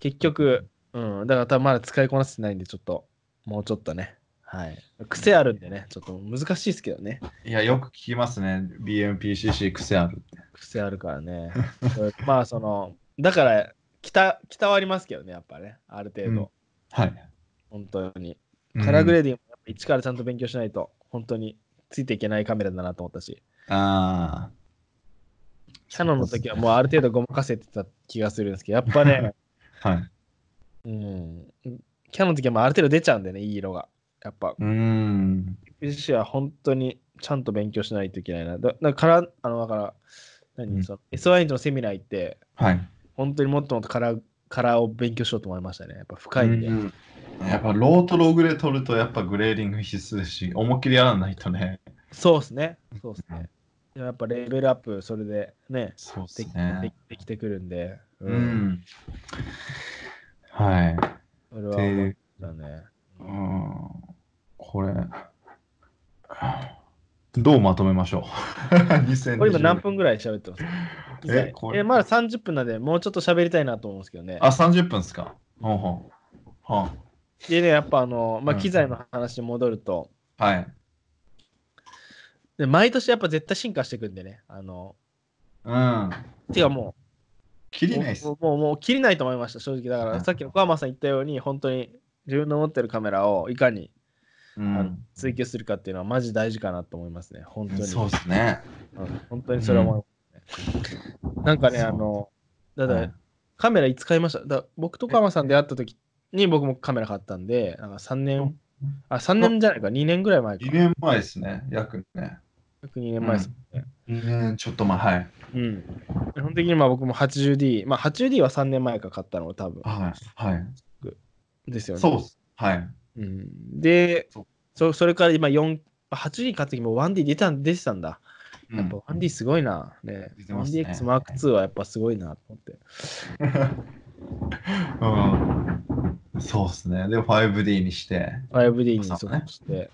[SPEAKER 2] 結局、うん、だから多分まだ使いこなせてないんで、ちょっと、もうちょっとね。はい。癖あるんでね、ちょっと難しいですけどね。
[SPEAKER 1] いやよく聞きますね BMPCC 癖あるって
[SPEAKER 2] 癖あるから
[SPEAKER 1] (laughs)
[SPEAKER 2] ね。まあ、その、だから、北、北はありますけどね、やっぱね。ある程度、
[SPEAKER 1] はい
[SPEAKER 2] 本当に。カラーグレーディングもやっぱ一からちゃんと勉強しないと、本当についていけないカメラだなと思ったし、
[SPEAKER 1] ああ。
[SPEAKER 2] キャノンの時はもうある程度ごまかせてた気がするんですけど、やっぱ
[SPEAKER 1] (laughs)
[SPEAKER 2] ね、
[SPEAKER 1] はい。
[SPEAKER 2] うん、キャノンの時はもうある程度出ちゃうんでね、いい色が。やっぱ
[SPEAKER 1] うーん。
[SPEAKER 2] PC は本当にちゃんと勉強しないといけないな。だだから、あの、だから、何、
[SPEAKER 1] うん
[SPEAKER 2] その SY のセミナー行って、
[SPEAKER 1] はい。
[SPEAKER 2] 本当にもっともっとカラー、カラーを勉強しようと思いましたね。やっぱ深いんで。
[SPEAKER 1] うんやっぱローとローグレー取るとやっぱグレーディング必須ですし、思いっきりやらないとね。
[SPEAKER 2] そうですね。そうですね。でもやっぱレベルアップ、それでね、
[SPEAKER 1] そうで
[SPEAKER 2] でき
[SPEAKER 1] すね。
[SPEAKER 2] できできてくるんで、
[SPEAKER 1] う。ん。はい。
[SPEAKER 2] それは
[SPEAKER 1] ってい
[SPEAKER 2] 思っ
[SPEAKER 1] う
[SPEAKER 2] たね。
[SPEAKER 1] うん。これ。どうま (laughs) とめましょう ?2020
[SPEAKER 2] これ今何分ぐらい喋ってます
[SPEAKER 1] えこれ
[SPEAKER 2] え、まだ30分なんで、もうちょっと喋りたいなと思うんですけどね。
[SPEAKER 1] あ、30分ですか。ほんほん。ほん
[SPEAKER 2] でね、やっぱあの、まあ、
[SPEAKER 1] うん
[SPEAKER 2] 機材の話に戻ると、
[SPEAKER 1] はい。
[SPEAKER 2] で毎年やっぱ絶対進化していくんでね、あの、
[SPEAKER 1] うん。
[SPEAKER 2] てかも
[SPEAKER 1] 切
[SPEAKER 2] う、
[SPEAKER 1] りないっす
[SPEAKER 2] も。うもうもう切りないと思いました、正直。だか
[SPEAKER 1] う
[SPEAKER 2] ら、
[SPEAKER 1] ん
[SPEAKER 2] さっき横浜さん言ったように、本当に自分の持ってるカメラをいかに
[SPEAKER 1] う
[SPEAKER 2] あの
[SPEAKER 1] ん。
[SPEAKER 2] 追求するかっていうのは、マジ大事かなと思いますね、本当に。
[SPEAKER 1] そうですね。
[SPEAKER 2] うん本当にそれは思いますね。なんかね、
[SPEAKER 1] そう
[SPEAKER 2] あの、だ
[SPEAKER 1] た
[SPEAKER 2] だ、カメラいつ買いましただ僕と横浜さん出会った時に僕もカメラ買ったんで、なんか3年、あ、3年じゃないか、2年ぐらい前か。
[SPEAKER 1] 2年前ですね、約ね。
[SPEAKER 2] 約2年前です。
[SPEAKER 1] 2年ちょっと前、はい。
[SPEAKER 2] うん。基本的にまあ僕も 80D、まあ 80D は3年前か買ったの、多分。
[SPEAKER 1] はい。はい。
[SPEAKER 2] ですよね。
[SPEAKER 1] そうっす。はい。
[SPEAKER 2] うん、で
[SPEAKER 1] そう
[SPEAKER 2] そ、それから今4、8D 買った時も 1D 出たん出てたんだ。
[SPEAKER 1] うん
[SPEAKER 2] やっぱ 1D すごいな。ね、
[SPEAKER 1] 出てますね
[SPEAKER 2] 1DX Mark II はやっぱすごいなと思って。
[SPEAKER 1] うん、そうっすね。で、5D にして。
[SPEAKER 2] 5D に
[SPEAKER 1] そ
[SPEAKER 2] そう
[SPEAKER 1] ね
[SPEAKER 2] うして。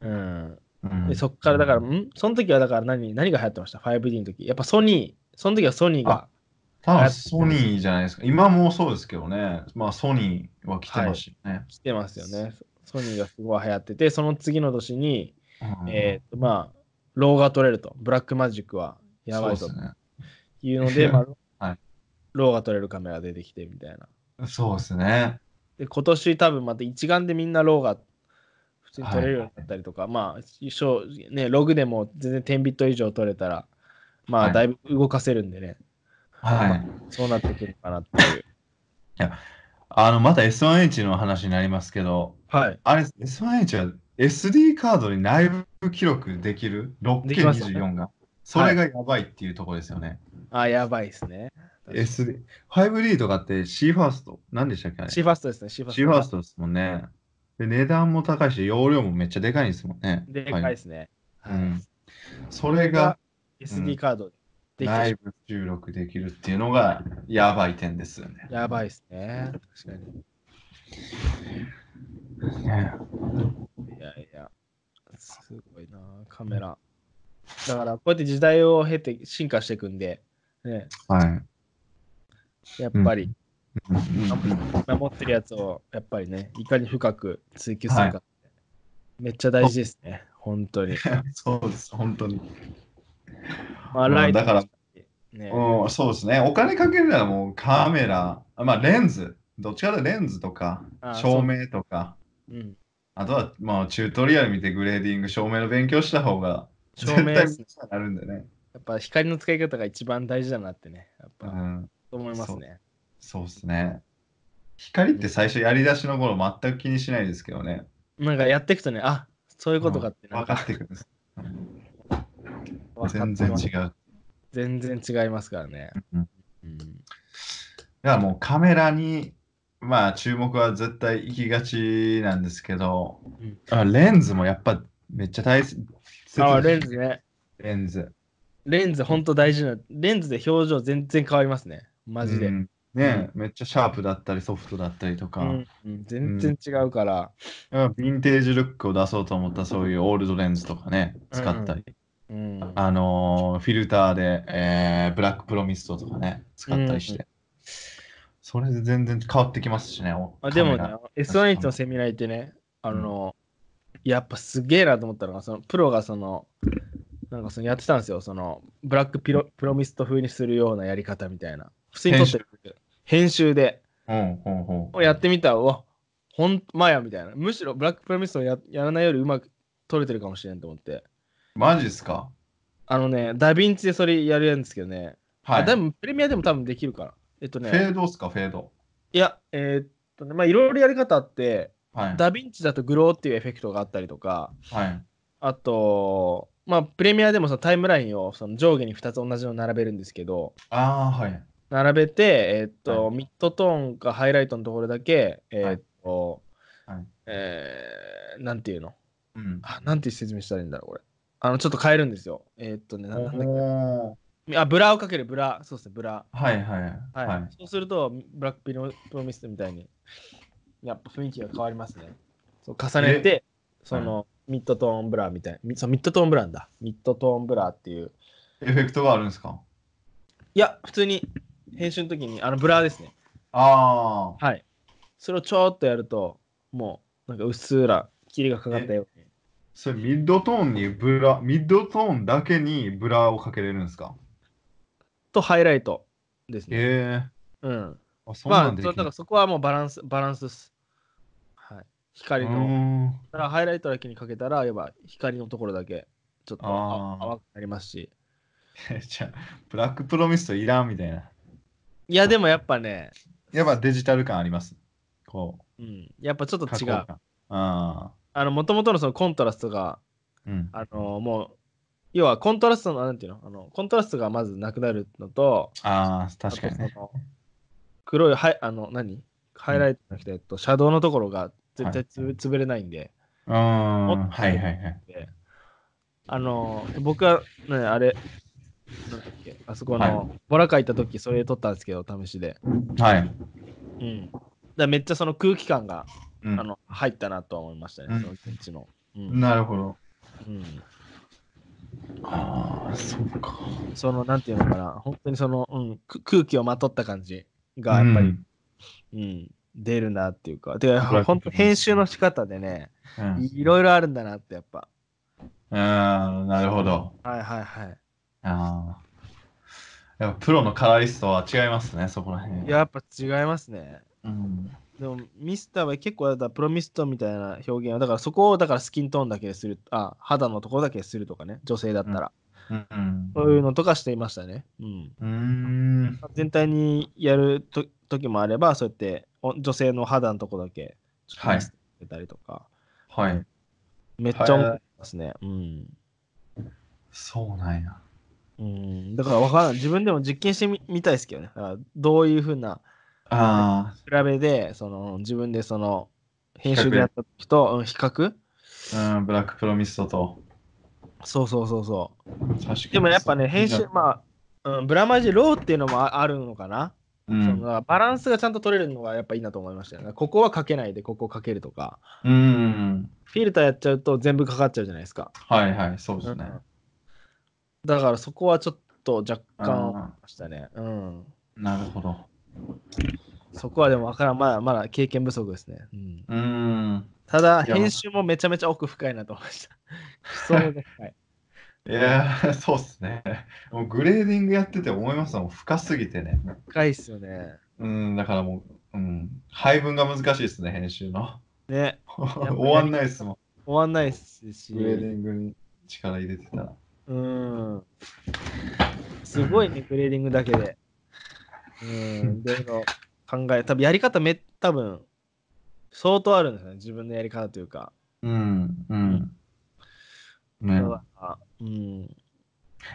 [SPEAKER 2] うん、
[SPEAKER 1] うん
[SPEAKER 2] でそっからだから、んその時はだから何何が流行ってました ?5D の時。やっぱソニー。その時はソニーが。
[SPEAKER 1] 多分ソニーじゃないですか。今もそうですけどね。まあソニーは来てましたよね。
[SPEAKER 2] 来てますよね。ソニーがすごい流行ってて、その次の年に、
[SPEAKER 1] うん
[SPEAKER 2] えっ、と、まあ、ローが取れると。ブラックマジックはやばい
[SPEAKER 1] そ
[SPEAKER 2] と
[SPEAKER 1] うですね。
[SPEAKER 2] いう
[SPEAKER 1] (laughs)
[SPEAKER 2] ので、まあ
[SPEAKER 1] はい
[SPEAKER 2] ローが取れるカメラ出てきてみたいな。
[SPEAKER 1] そうですね。
[SPEAKER 2] で、今年多分また一眼でみんなローが普通に取れるようになったりとか、まあ、一緒ね、ログでも全然10ビット以上取れたら、ま
[SPEAKER 1] は
[SPEAKER 2] あ、
[SPEAKER 1] い
[SPEAKER 2] だいぶ動かせるんでね、
[SPEAKER 1] はい。
[SPEAKER 2] そうなってくるかなって
[SPEAKER 1] (laughs)
[SPEAKER 2] いう。
[SPEAKER 1] あの、また S1H の話になりますけど、
[SPEAKER 2] はい。
[SPEAKER 1] あれ、S1H は SD カードに内部記録できる
[SPEAKER 2] できますよ
[SPEAKER 1] 6K24 が。それがやばいっていうところですよね。
[SPEAKER 2] あ、やばいですね。
[SPEAKER 1] SD。5D とかって C ファースト。何でしたっけあれ
[SPEAKER 2] C ファーストですね、C ファースト。
[SPEAKER 1] シーファーストですもんね。で、値段も高いし、容量もめっちゃでかいんですもんね。
[SPEAKER 2] でかい
[SPEAKER 1] は
[SPEAKER 2] で
[SPEAKER 1] い。
[SPEAKER 2] すね。
[SPEAKER 1] う
[SPEAKER 2] はい
[SPEAKER 1] ん。それがうん
[SPEAKER 2] SD カードでできてしまう
[SPEAKER 1] 内部収録できるっていうのがやばい点ですよね。
[SPEAKER 2] やばいですね。確かに。
[SPEAKER 1] ね
[SPEAKER 2] いやいや。すごいな、カメラ。だから、こうやって時代を経て進化していくんで、ね、
[SPEAKER 1] はい。
[SPEAKER 2] やっぱり、
[SPEAKER 1] うんうんうん
[SPEAKER 2] 今持ってるやつを、やっぱりね、いかに深く追求するか、めっちゃ大事ですね。本当に。
[SPEAKER 1] (laughs) (laughs) そうです、本当に。
[SPEAKER 2] まあ、
[SPEAKER 1] うん
[SPEAKER 2] ライト
[SPEAKER 1] だから、
[SPEAKER 2] ね、
[SPEAKER 1] うん、そうですね。お金かけるならもうカメラ、あまあレンズ、どっちかというとレンズとか
[SPEAKER 2] あ、
[SPEAKER 1] 照明とか、
[SPEAKER 2] うん。
[SPEAKER 1] あとはまあチュートリアル見てグレーディング、照明の勉強した方が
[SPEAKER 2] 照
[SPEAKER 1] 絶
[SPEAKER 2] 明
[SPEAKER 1] 対
[SPEAKER 2] で
[SPEAKER 1] に
[SPEAKER 2] すね
[SPEAKER 1] なるんでね。
[SPEAKER 2] やっぱ光の使い方が一番大事だなってね、やっ
[SPEAKER 1] う
[SPEAKER 2] ぱ、
[SPEAKER 1] ん
[SPEAKER 2] 思いますね。
[SPEAKER 1] そうですね。光って最初やり出しの頃全く気にしないですけどね。
[SPEAKER 2] なんかやっていくとね、あそういうことかって、な
[SPEAKER 1] 分
[SPEAKER 2] ん
[SPEAKER 1] か
[SPEAKER 2] か
[SPEAKER 1] ってくるんです。うん
[SPEAKER 2] (laughs) 分かって
[SPEAKER 1] 全然
[SPEAKER 2] ます
[SPEAKER 1] 違う。
[SPEAKER 2] 全然違いますからね。
[SPEAKER 1] うん
[SPEAKER 2] うん
[SPEAKER 1] だからもうカメラに、まあ注目は絶対行きがちなんですけど、
[SPEAKER 2] うん
[SPEAKER 1] あレンズもやっぱめっちゃ大切です
[SPEAKER 2] あレンズね。
[SPEAKER 1] レンズ。
[SPEAKER 2] レンズほんと大事な。レンズで表情全然変わりますね。マジで。
[SPEAKER 1] うんねえ、めっちゃシャープだったりソフトだったりとか、
[SPEAKER 2] うんうん全然違うから、
[SPEAKER 1] やっぱヴィンテージルックを出そうと思ったらそういうオールドレンズとかね、使ったり、
[SPEAKER 2] うん
[SPEAKER 1] あのーフィルターで、えーブラックプロミストとかね、使ったりして。
[SPEAKER 2] うん
[SPEAKER 1] それで全然変わってきますしね。お
[SPEAKER 2] あでも
[SPEAKER 1] カメ
[SPEAKER 2] ね
[SPEAKER 1] ラ、
[SPEAKER 2] S1H のセミナー行ってね、あの、やっぱすげえなと思ったのが、そのプロがその、なんかそのやってたんですよ、そのブラックピロプロミスト風にするようなやり方みたいな。普通に撮ってる編集で
[SPEAKER 1] うんうんうん
[SPEAKER 2] やってみたら、うわ、ほんまやみたいな。むしろブラックプロミストをややらないよりうまく撮れてるかもしれんと思って。
[SPEAKER 1] マジですか
[SPEAKER 2] あのね、ダヴィンチでそれやるんですけどね、
[SPEAKER 1] はい。
[SPEAKER 2] あ多分プレミアでも多分できるから。えっと
[SPEAKER 1] フェ
[SPEAKER 2] ね、
[SPEAKER 1] ードっすか、フェード。
[SPEAKER 2] いや、えーっとね、まあいろいろやり方あって、
[SPEAKER 1] はい。
[SPEAKER 2] ダヴィンチだとグローっていうエフェクトがあったりとか、
[SPEAKER 1] はい。
[SPEAKER 2] あと、まあ、プレミアでもそのタイムラインをその上下に2つ同じの並べるんですけど、
[SPEAKER 1] ああ、はい。
[SPEAKER 2] 並べて、えーっと、
[SPEAKER 1] は
[SPEAKER 2] ミッドトーンかハイライトのところだけ、えーっと、
[SPEAKER 1] はい
[SPEAKER 2] えーなんていうの
[SPEAKER 1] うん。
[SPEAKER 2] あなんて説明したらいいんだろう、これ。あの、ちょっと変えるんですよ。えーっとね、ななんだっ
[SPEAKER 1] おー
[SPEAKER 2] け。あ、ブラをかける、ブラ。そうですね、ブラ。
[SPEAKER 1] はいはい。
[SPEAKER 2] はい。
[SPEAKER 1] はい。
[SPEAKER 2] そうすると、ブラックピロプロミストみたいに、やっぱ雰囲気が変わりますね。そう重ねて、その、ミッドトーンブラみたいな、そうミッドトーンブランだ。ミッドトーンブラっていう。
[SPEAKER 1] エフェクトがあるんですか
[SPEAKER 2] いや、普通に編集の時に、あの、ブラですね。
[SPEAKER 1] ああ。
[SPEAKER 2] はい。それをちょっとやると、もう、なんかうっすら、霧がかかったように。
[SPEAKER 1] それミッドトーンにブラ、ミッドトーンだけにブラをかけれるんですか
[SPEAKER 2] と、ハイライトですね。
[SPEAKER 1] え
[SPEAKER 2] うん。
[SPEAKER 1] えあ、そん
[SPEAKER 2] ま
[SPEAKER 1] な
[SPEAKER 2] あ
[SPEAKER 1] ん、でき
[SPEAKER 2] そ
[SPEAKER 1] る
[SPEAKER 2] だからそこはもうバランス、バランスです。はい。光の。
[SPEAKER 1] うーん
[SPEAKER 2] だからハイライトだけにかけたら、やっぱ光のところだけちょっとあ
[SPEAKER 1] あー
[SPEAKER 2] 淡くなりますし。
[SPEAKER 1] (laughs) じゃあブラックプロミストいらんみたいな。
[SPEAKER 2] いや、でもやっぱね、
[SPEAKER 1] やっぱデジタル感あります。こ
[SPEAKER 2] うん、やっぱちょっ
[SPEAKER 1] う、
[SPEAKER 2] と違う
[SPEAKER 1] 加工。感あ
[SPEAKER 2] あの、もともとのそのコントラストが、
[SPEAKER 1] あ、うん。
[SPEAKER 2] あのもう、要はコントラストの、なんていうのあの、コントラストがまずなくなるのと、
[SPEAKER 1] ああ、確かにね
[SPEAKER 2] あ。とその黒い、はい、あの、何ハイライトの人と、シャドウのところが絶対つぶ、
[SPEAKER 1] はい
[SPEAKER 2] 潰れないんで、
[SPEAKER 1] うん、はい
[SPEAKER 2] と
[SPEAKER 1] はいはい。
[SPEAKER 2] であの、僕は、ね、あれ、なんだっけ、あそこ
[SPEAKER 1] は
[SPEAKER 2] の、ボラカ行った時、それ撮ったんですけど、試しで。
[SPEAKER 1] はい。
[SPEAKER 2] うん。だからめっちゃその空気感が、
[SPEAKER 1] うん
[SPEAKER 2] あの、入ったなとは思いましたね、
[SPEAKER 1] うん
[SPEAKER 2] その現地の。うん。
[SPEAKER 1] なるほど。
[SPEAKER 2] うん
[SPEAKER 1] ああ、そうか。
[SPEAKER 2] そのなんていうのかな、本当にその、うん、く空気をまとった感じがやっぱり、うん出るなっていうか、て
[SPEAKER 1] 僕は
[SPEAKER 2] か本当編集の仕方でね、
[SPEAKER 1] うん。うん
[SPEAKER 2] いろいろあるんだなってやっぱ。
[SPEAKER 1] ああ、なるほど。
[SPEAKER 2] はいはいはい。
[SPEAKER 1] ああ。やっぱプロのカラリストは違いますね、そこら辺。
[SPEAKER 2] やっぱ違いますね。
[SPEAKER 1] うん。
[SPEAKER 2] でもミスターは結構だからプロミストみたいな表現はだからそこをだからスキントーンだけでするあ肌のところだけするとかね女性だったら、
[SPEAKER 1] うん。
[SPEAKER 2] そういうのとかしていましたね、うん、
[SPEAKER 1] うーん。
[SPEAKER 2] 全体にやると時もあればそうやってお女性の肌のとこだけちょっと見せてたりとか、
[SPEAKER 1] はい。
[SPEAKER 2] めっちゃ思ってますね。うん。
[SPEAKER 1] そうなんや。
[SPEAKER 2] うん、だから分からない。自分でも実験してみみたいですけどね。だからどういうふうな
[SPEAKER 1] あ
[SPEAKER 2] 比べで、その自分でその編集でやった時とうん比較
[SPEAKER 1] あ、うん、ブラックプロミストと。
[SPEAKER 2] そうそうそうそう。
[SPEAKER 1] 確かに。
[SPEAKER 2] でもやっぱね、編集、まあ、うん、ブラマイジローっていうのもああるのかな、
[SPEAKER 1] う
[SPEAKER 2] そ
[SPEAKER 1] ん。
[SPEAKER 2] のバランスがちゃんと取れるのがやっぱいいなと思いましたよね。ここはかけないで、ここかけるとか。
[SPEAKER 1] うん。
[SPEAKER 2] フィルターやっちゃうと全部かかっちゃうじゃないですか。
[SPEAKER 1] はいはい、そうですね。
[SPEAKER 2] だからそこはちょっと若干思い
[SPEAKER 1] あ
[SPEAKER 2] ましたね。うん。
[SPEAKER 1] ーなるほど。
[SPEAKER 2] そこはでも分からん、まだまだ経験不足ですね。うん、
[SPEAKER 1] うーん。
[SPEAKER 2] ただ、
[SPEAKER 1] いや
[SPEAKER 2] 編集もめちゃめちゃ奥深いなと思いました。そうで深い。
[SPEAKER 1] いやー、 (laughs) そうっすね。もうグレーディングやってて思いますもう深すぎてね。
[SPEAKER 2] (laughs) 深いっすよね。
[SPEAKER 1] うん、だからもう、うん、配分が難しいですね、編集の。
[SPEAKER 2] ね、
[SPEAKER 1] 終わんないですも
[SPEAKER 2] 終わんないっすし
[SPEAKER 1] ん。グレーデ、ィングに力入れてたら。
[SPEAKER 2] うん。すごいね、グレーディングだけで。うん、いろいろ考え、多分やり方め、多分相当あるんですよね、自分のやり方というか。
[SPEAKER 1] うん、うん。ね
[SPEAKER 2] だ、からうん。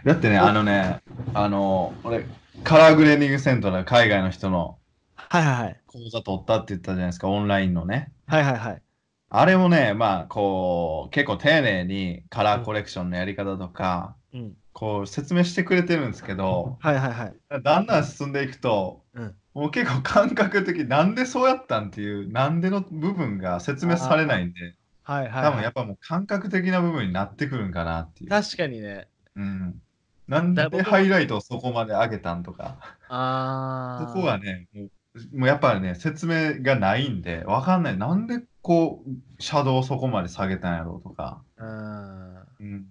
[SPEAKER 1] だってね、あのね、あの、俺、カラーグレーディングセンターで海外の人の
[SPEAKER 2] はいはいはい。
[SPEAKER 1] 講座取ったって言ったじゃないですか、オンラインのね。
[SPEAKER 2] はいはいはい。
[SPEAKER 1] あれもね、まあ、こう、結構丁寧にカラーコレクションのやり方とか、
[SPEAKER 2] うん。
[SPEAKER 1] こう、説明してくれてるんですけど、
[SPEAKER 2] はいはいはい。
[SPEAKER 1] だんだん進んでいくと、
[SPEAKER 2] うん
[SPEAKER 1] もう結構感覚的になんでそうやったんっていうなんでの部分が説明されないんで
[SPEAKER 2] はいはい、
[SPEAKER 1] 多
[SPEAKER 2] は
[SPEAKER 1] 分や
[SPEAKER 2] い
[SPEAKER 1] っ。ぱもう感覚的な部分になってくるんかなっていう。
[SPEAKER 2] 確かにね。
[SPEAKER 1] うん、なんで
[SPEAKER 2] だから僕も
[SPEAKER 1] ハイライトをそこまで上げたんとか
[SPEAKER 2] あ
[SPEAKER 1] そ
[SPEAKER 2] あ。
[SPEAKER 1] こはねもうもうやっぱりね説明がないんでわかんないなんでこうシャドウをそこまで下げたんやろうとか。
[SPEAKER 2] うん。
[SPEAKER 1] うん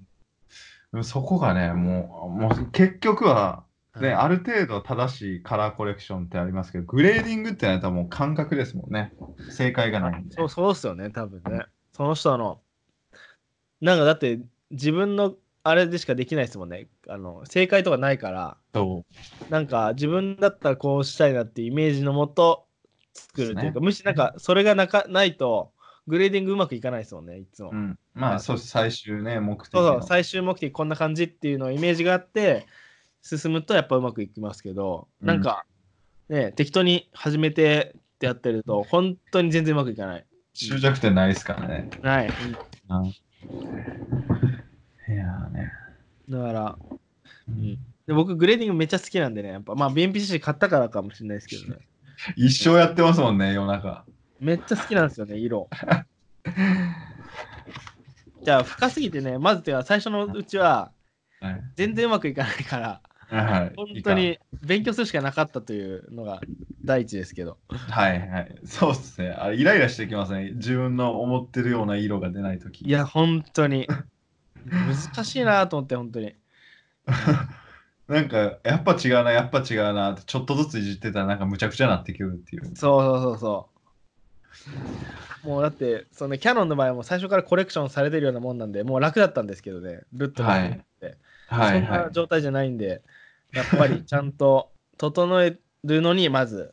[SPEAKER 1] でもそこがね、もう、もう結局は、
[SPEAKER 2] う
[SPEAKER 1] ね、
[SPEAKER 2] ん
[SPEAKER 1] ある程度正しいカラーコレクションってありますけど、グレーディングってなったらもう感覚ですもんね。正解がないんで。
[SPEAKER 2] そうそうっすよね、多分ね。その人の、なんかだって自分のあれでしかできないですもんね。あの正解とかないから、
[SPEAKER 1] そ
[SPEAKER 2] なんか自分だったらこうしたいなっていうイメージのもと作るという
[SPEAKER 1] です
[SPEAKER 2] か、
[SPEAKER 1] ね
[SPEAKER 2] むしろなんかそれがなかないと、グレーディングうまくいかないですもんね、いつも。
[SPEAKER 1] う。うん、まあ、そう最終ね、目的
[SPEAKER 2] そう
[SPEAKER 1] の
[SPEAKER 2] そう、最終目的こんな感じっていうのをイメージがあって、進むとやっぱうまくいきますけど、
[SPEAKER 1] うん
[SPEAKER 2] なんか、ね、適当に始めてってやってると、本当に全然うまくいかない。
[SPEAKER 1] 終着点ないですからね。
[SPEAKER 2] はい。
[SPEAKER 1] いやーね。
[SPEAKER 2] だから、
[SPEAKER 1] うん
[SPEAKER 2] で僕、グレーディングめっちゃ好きなんでね、やっぱ、まあ、BMPC 買ったからかもしれないですけどね。
[SPEAKER 1] 一生やってますもんね、夜中。
[SPEAKER 2] めっちゃ好きなんですよね、
[SPEAKER 1] (laughs)
[SPEAKER 2] 色。じゃあ、深すぎてね、まずては最初のうちは、
[SPEAKER 1] はい。
[SPEAKER 2] 全然うまくいかないから、
[SPEAKER 1] はい、
[SPEAKER 2] 本当に勉強するしかなかったというのが第一ですけど。
[SPEAKER 1] はいはい。そうっすね。あれ、イライラしてきますね。自分の思ってるような色が出ないとき。
[SPEAKER 2] いや、本当に。難しいなと思って、本当に。
[SPEAKER 1] なんか、やっぱ違うな、やっぱ違うなって、ちょっとずついじってたら、なんかむちゃくちゃなってくるっていう。
[SPEAKER 2] そうそうそうそう。もうだって、そのキャノンの場合も最初からコレクションされてるようなもんなんで、もう楽だったんですけどね、ルット
[SPEAKER 1] は
[SPEAKER 2] が
[SPEAKER 1] い
[SPEAKER 2] って。
[SPEAKER 1] はい
[SPEAKER 2] そんな
[SPEAKER 1] は
[SPEAKER 2] 状態じゃないんで、やっぱりちゃんと整えるのに、まず、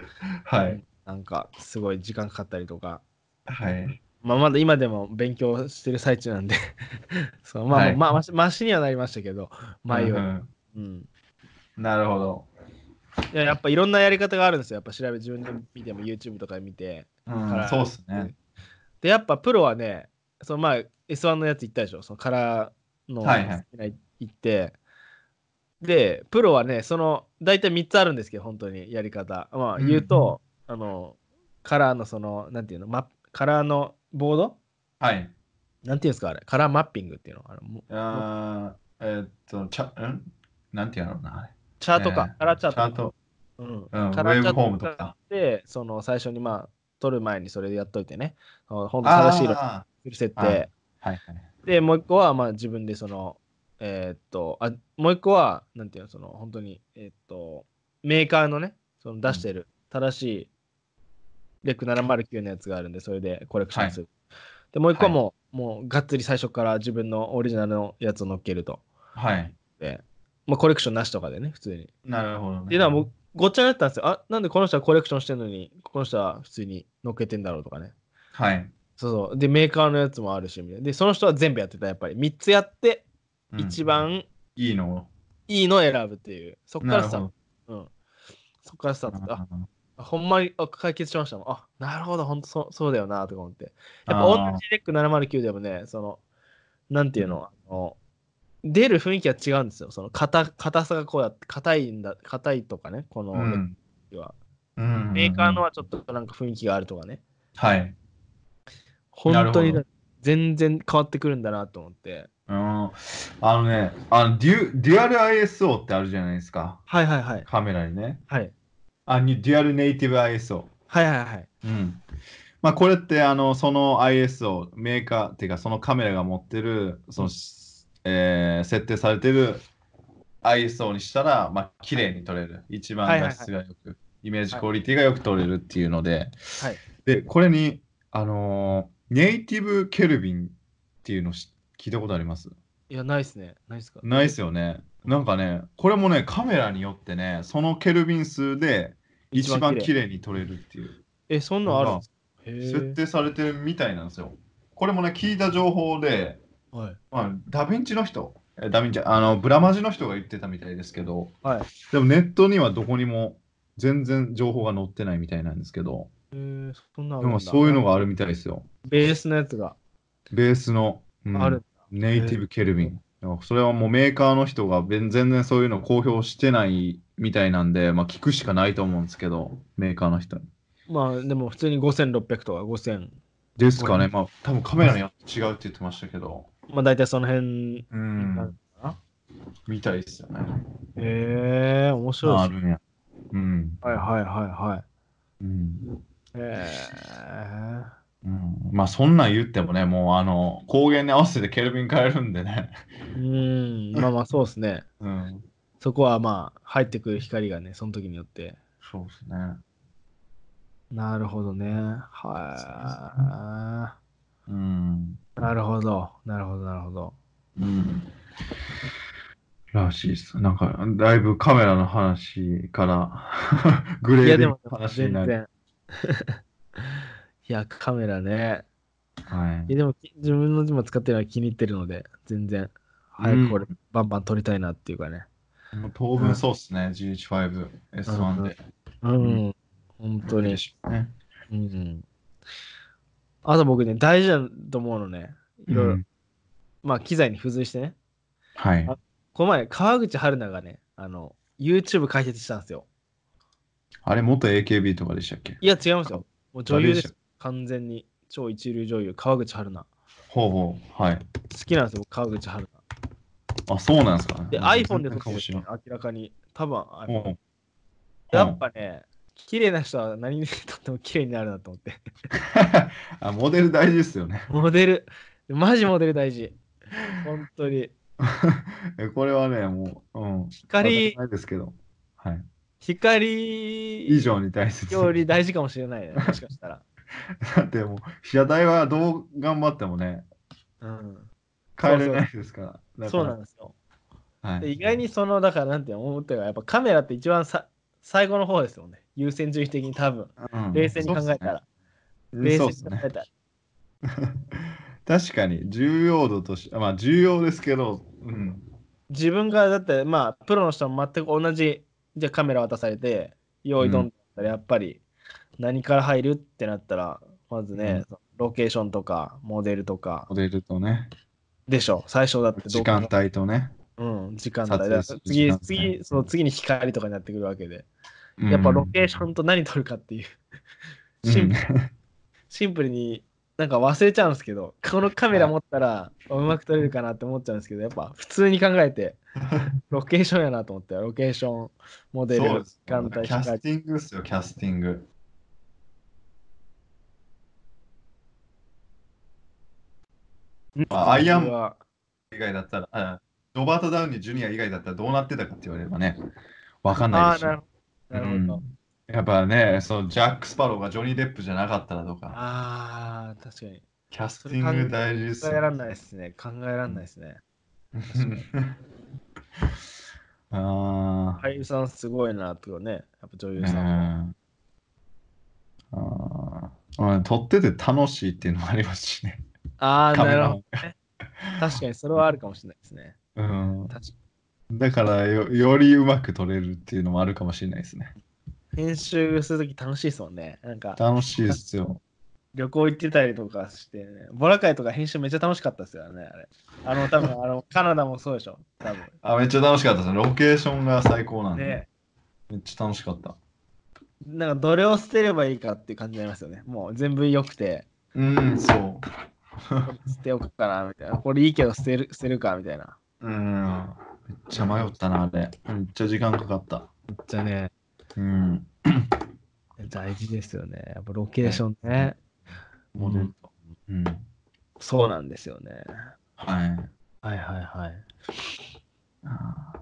[SPEAKER 1] い。はい。
[SPEAKER 2] なんかすごい時間かかったりとか、
[SPEAKER 1] はい。
[SPEAKER 2] まあ、まだ今でも勉強してる最中なんでそう、まあ
[SPEAKER 1] はい
[SPEAKER 2] まあましマシにはなりましたけど前より、
[SPEAKER 1] う
[SPEAKER 2] うんん
[SPEAKER 1] うんなるほど。
[SPEAKER 2] いややっぱいろんなやり方があるんですよやっぱ調べ自分で見ても YouTube とかで見て
[SPEAKER 1] う
[SPEAKER 2] から
[SPEAKER 1] ん、そうっすね。
[SPEAKER 2] でやっぱプロはねその前 S1 のやつ行ったでしょそのカラーの
[SPEAKER 1] はいはい
[SPEAKER 2] 行ってでプロはねその大体3つあるんですけど本当にやり方まあ
[SPEAKER 1] うん
[SPEAKER 2] 言うと、あのカラーのそのなんていうのマップカラーのボード
[SPEAKER 1] はい。
[SPEAKER 2] なんていうんですかあれカラーマッピングっていうのあれも
[SPEAKER 1] あーえーっと、ちゃ、んなんてやろうな。あれ
[SPEAKER 2] チャートか、
[SPEAKER 1] ね
[SPEAKER 2] カラーチャート
[SPEAKER 1] ちゃんと、
[SPEAKER 2] うん
[SPEAKER 1] うん、ウ
[SPEAKER 2] カラ
[SPEAKER 1] ェ
[SPEAKER 2] ーチ
[SPEAKER 1] ーブ
[SPEAKER 2] ャ
[SPEAKER 1] フォームと
[SPEAKER 2] ート
[SPEAKER 1] か。
[SPEAKER 2] でその最初にまあ撮る前にそれでやっといてねその本当
[SPEAKER 1] あ
[SPEAKER 2] 正しい色に
[SPEAKER 1] あ
[SPEAKER 2] する設
[SPEAKER 1] あー
[SPEAKER 2] 定
[SPEAKER 1] ー、はい
[SPEAKER 2] で、もう一個は、まあ、自分でその、えーっと、あ、もう一個は、なんていうの、その、本当に、えーっと、メーカーのね、その出してる、正しい、レック709のやつがあるんで、それでコレクションする。で、もう一個はもう、もう、がっつり最初から自分のオリジナルのやつを乗っけると。
[SPEAKER 1] はい。はい。
[SPEAKER 2] で、まあ、コレクションなしとかでね、普通に。
[SPEAKER 1] なるほどね。
[SPEAKER 2] っていうのは、もう、ごっちゃになってたんですよ。あ、なんでこの人はコレクションしてるのに、この人は普通に乗っけてんだろうとかね。
[SPEAKER 1] はい。
[SPEAKER 2] そうそう。で、メーカーのやつもあるし、みたいな。で、その人は全部やってた、やっぱり。3つやって、
[SPEAKER 1] うん
[SPEAKER 2] 一番
[SPEAKER 1] いいのを。
[SPEAKER 2] いいのを選ぶっていう。そっか
[SPEAKER 1] な
[SPEAKER 2] ら
[SPEAKER 1] る
[SPEAKER 2] ス
[SPEAKER 1] ほ
[SPEAKER 2] ター
[SPEAKER 1] ど
[SPEAKER 2] ト。。うん。そっからスタート。あ、
[SPEAKER 1] うん
[SPEAKER 2] ほんまにあ解決しましたもん。あ、なるほど、ほんとそそうだよな、とか思って。やっ
[SPEAKER 1] あ
[SPEAKER 2] ぱ
[SPEAKER 1] ー
[SPEAKER 2] 同じレック709でもね、その、なんていうの、あの出る雰囲気が違うんですよ。その硬、硬さがこうやって、硬いんだ、硬いとかね、この
[SPEAKER 1] う
[SPEAKER 2] レッ
[SPEAKER 1] ん
[SPEAKER 2] クは。
[SPEAKER 1] うん
[SPEAKER 2] メーカーのはちょっとなんか雰囲気があるとかね。
[SPEAKER 1] はい。
[SPEAKER 2] 本当に
[SPEAKER 1] なる
[SPEAKER 2] 全然変わってくるんだなと思って。
[SPEAKER 1] うん、あのね、あのデュデュアル ISO ってあるじゃないですか、
[SPEAKER 2] はいはいはい。
[SPEAKER 1] カメラにね。
[SPEAKER 2] はい。
[SPEAKER 1] あにデュアルネイティブ ISO。
[SPEAKER 2] はいはいはい。
[SPEAKER 1] うんまあ、これってあのその ISO、メーカーっていうかそのカメラが持ってる、そのえー設定されてる ISO にしたら、まあ綺麗に撮れる。一番
[SPEAKER 2] はいはいは
[SPEAKER 1] 画
[SPEAKER 2] い
[SPEAKER 1] 質がよく、イメージクオリティがよく撮れるっていうので、
[SPEAKER 2] はい
[SPEAKER 1] でこれに、あのーネイティブケルビンっていうのし聞いたことあります
[SPEAKER 2] いや、ないっすね。ないっすか。
[SPEAKER 1] ないですよね。なんかね、これもね、カメラによってね、そのケルビン数で一番綺麗に撮れるっていう、
[SPEAKER 2] え、そんなのあるんですか
[SPEAKER 1] 設
[SPEAKER 2] へ
[SPEAKER 1] 定されてるみたいなんですよ。これもね、聞いた情報で、
[SPEAKER 2] え。はい。
[SPEAKER 1] まあ、ダヴィンチの人、えダヴィンチ、あの、ブラマジの人が言ってたみたいですけど、
[SPEAKER 2] はい
[SPEAKER 1] でもネットにはどこにも全然情報が載ってないみたいなんですけど、
[SPEAKER 2] へえ、そんなのあるん
[SPEAKER 1] で
[SPEAKER 2] だ
[SPEAKER 1] もそういうのがあるみたいですよ。
[SPEAKER 2] ベースのやつが
[SPEAKER 1] ベースの、うん
[SPEAKER 2] ある。
[SPEAKER 1] ネイティブケルビン。それはもうメーカーの人が全全然そういうの公表してないみたいなんで、まあ聞くしかないと思うんですけど、メーカーの人に。
[SPEAKER 2] まあでも普通に5600とか5000。
[SPEAKER 1] ですかね、まあ多分カメラによって違うって言ってましたけど、
[SPEAKER 2] まあ大体その辺。
[SPEAKER 1] う
[SPEAKER 2] なんる、かな
[SPEAKER 1] みたいですよね。
[SPEAKER 2] へえ、面白いっ
[SPEAKER 1] ああ
[SPEAKER 2] すね。
[SPEAKER 1] るんや。うん。
[SPEAKER 2] はいはいはいはい。
[SPEAKER 1] うん。
[SPEAKER 2] へ
[SPEAKER 1] うん、まあそんなん言ってもね、もうあの、光源に合わせてケルビン変えるんで (laughs) ね。
[SPEAKER 2] え。うん、まあまあそうですね。
[SPEAKER 1] うん。
[SPEAKER 2] そこはまあ入ってくる光がね、その時によって。
[SPEAKER 1] そうですね。
[SPEAKER 2] なるほどね。は
[SPEAKER 1] うん。
[SPEAKER 2] い。なるほど。なるほど、なるほど。
[SPEAKER 1] うんらしいっす。なんか、だいぶカメラの話から (laughs) グ
[SPEAKER 2] い
[SPEAKER 1] レ
[SPEAKER 2] や
[SPEAKER 1] ーデ
[SPEAKER 2] で
[SPEAKER 1] ィング
[SPEAKER 2] も
[SPEAKER 1] の話
[SPEAKER 2] 全
[SPEAKER 1] になる。
[SPEAKER 2] 然。 (laughs) いや、カメラね。
[SPEAKER 1] はい
[SPEAKER 2] や
[SPEAKER 1] い、
[SPEAKER 2] でもき自分の今使ってるのは気に入ってるので、全然早くこれ、バンバン撮りたいなっていうかね。
[SPEAKER 1] もう当分そうっすね。GH5、S1 で。
[SPEAKER 2] うん、本当に
[SPEAKER 1] で。しょうね。
[SPEAKER 2] うん。あと僕ね、大事だと思うのね。いろいろ、
[SPEAKER 1] うん
[SPEAKER 2] まあ機材に付随してね。
[SPEAKER 1] はい。
[SPEAKER 2] この前、川口春奈がね、あの、YouTube 解説したんですよ。
[SPEAKER 1] あれ、元 AKB とかでしたっけ
[SPEAKER 2] いや、違いますよ。もう女優で
[SPEAKER 1] 誰でし
[SPEAKER 2] す。完全に。超一流女優、川口春奈。
[SPEAKER 1] ほうほう。はい。
[SPEAKER 2] 好きなんですよ、僕川口春奈。
[SPEAKER 1] あ、そうなんですか、ね。
[SPEAKER 2] で、
[SPEAKER 1] うん
[SPEAKER 2] iPhone で撮って
[SPEAKER 1] 全然か
[SPEAKER 2] るん
[SPEAKER 1] も
[SPEAKER 2] で
[SPEAKER 1] し
[SPEAKER 2] す
[SPEAKER 1] れ
[SPEAKER 2] よ
[SPEAKER 1] ん
[SPEAKER 2] ね、明らかに。多分
[SPEAKER 1] ほ
[SPEAKER 2] iPhone
[SPEAKER 1] う
[SPEAKER 2] やっぱね、綺麗な人は何にとっても綺麗になるなと思
[SPEAKER 1] (laughs)
[SPEAKER 2] って。
[SPEAKER 1] あモデル大事ですよね。 (laughs)
[SPEAKER 2] モデル、マジモデル大事。本当に。
[SPEAKER 1] えこれはね、もう、うん。
[SPEAKER 2] 光
[SPEAKER 1] 当たり、前ですけど。はい。
[SPEAKER 2] 光
[SPEAKER 1] 以上に大切。
[SPEAKER 2] より大事かもしれないね、もしかしたら。
[SPEAKER 1] (laughs) だってもう、被写体はどう頑張ってもね、
[SPEAKER 2] うん、
[SPEAKER 1] 変えれないですから。だから
[SPEAKER 2] そうなんですよ。
[SPEAKER 1] はい
[SPEAKER 2] で意外にその、だからなんて思ったが、やっぱカメラって一番さ最後の方ですよね。優先順位的に多分。
[SPEAKER 1] うん
[SPEAKER 2] 冷静に考えたら。冷
[SPEAKER 1] そう
[SPEAKER 2] 静に考
[SPEAKER 1] っすね
[SPEAKER 2] えたら。
[SPEAKER 1] (laughs) 確かに重要度としてまあ重要ですけど、うん、
[SPEAKER 2] 自分がだってまあプロの人も全く同じじゃあカメラ渡されて用意どんだったらやっぱり何から入るってなったらまずね、ロケーションとかモデルとか
[SPEAKER 1] モデルとね
[SPEAKER 2] でしょ最初だってど
[SPEAKER 1] 時
[SPEAKER 2] こか
[SPEAKER 1] 間帯とね、
[SPEAKER 2] うん時間帯
[SPEAKER 1] 撮影
[SPEAKER 2] だ
[SPEAKER 1] する時
[SPEAKER 2] 次
[SPEAKER 1] 間帯
[SPEAKER 2] 次その次に光とかになってくるわけで
[SPEAKER 1] うん
[SPEAKER 2] やっぱロケーションと何撮るかっていう
[SPEAKER 1] うん
[SPEAKER 2] シンプルシンプルになんか忘れちゃうんですけどこのカメラ持ったらうまく撮れるかなって思っちゃうんですけどやっぱ普通に考え
[SPEAKER 1] (laughs)
[SPEAKER 2] てロケーションやなと思ってロケーションモデ
[SPEAKER 1] そう
[SPEAKER 2] ル
[SPEAKER 1] です
[SPEAKER 2] 時間帯
[SPEAKER 1] キャス
[SPEAKER 2] 光
[SPEAKER 1] ティングですよキャスティングまあアイアンマン
[SPEAKER 2] は
[SPEAKER 1] 以外だったらあロバート・ダウニー・ジュニア以外だったらどうなってたかって言われればねわかん
[SPEAKER 2] あ
[SPEAKER 1] ない
[SPEAKER 2] あ
[SPEAKER 1] でし
[SPEAKER 2] なる
[SPEAKER 1] ょ
[SPEAKER 2] なるほど、
[SPEAKER 1] うんやっぱねそのジャック・スパローがジョニー・デップじゃなかったらとか
[SPEAKER 2] ああ確かに
[SPEAKER 1] キャスティング大事です
[SPEAKER 2] 考えられないですね考えられないですね
[SPEAKER 1] (laughs) ああ、
[SPEAKER 2] 俳優さんすごいなとかねやっぱ女
[SPEAKER 1] うん
[SPEAKER 2] 優さんも
[SPEAKER 1] あーうん撮ってて楽しいっていうのもありますしね。
[SPEAKER 2] ああ
[SPEAKER 1] カ
[SPEAKER 2] な
[SPEAKER 1] メ
[SPEAKER 2] る
[SPEAKER 1] ラ
[SPEAKER 2] ほど
[SPEAKER 1] も
[SPEAKER 2] 確かにそれはあるかもしれないですね
[SPEAKER 1] うん
[SPEAKER 2] 確かに
[SPEAKER 1] だからよよりうまく撮れるっていうのもあるかもしれないですね。
[SPEAKER 2] 編集するとき楽しいですもんねなんか
[SPEAKER 1] 楽しいですよ。
[SPEAKER 2] 旅行行ってたりとかして、ね、ボラ会とか編集めっちゃ楽しかったですよね、あれ。あの、多分あ (laughs) のカナダもそうでしょ、多分
[SPEAKER 1] あめっちゃ楽しかったです。ロケーションが最高なんで。
[SPEAKER 2] で、
[SPEAKER 1] めっちゃ楽しかった。
[SPEAKER 2] なんかどれを捨てればいいかっていう感じになりますよね。もう全部良くて、 (laughs)
[SPEAKER 1] うん、そう。
[SPEAKER 2] これ捨てようかな、みたいな。これいいけど捨てる捨てるか、みたいな。
[SPEAKER 1] うん。めっちゃ迷ったな、あれ。めっちゃ時間かかった。
[SPEAKER 2] じゃね、
[SPEAKER 1] うん。
[SPEAKER 2] 大事ですよね。やっぱロケーションね。
[SPEAKER 1] モデルと。うん。
[SPEAKER 2] そうなんですよね。
[SPEAKER 1] はい。
[SPEAKER 2] はいはいはい。
[SPEAKER 1] あ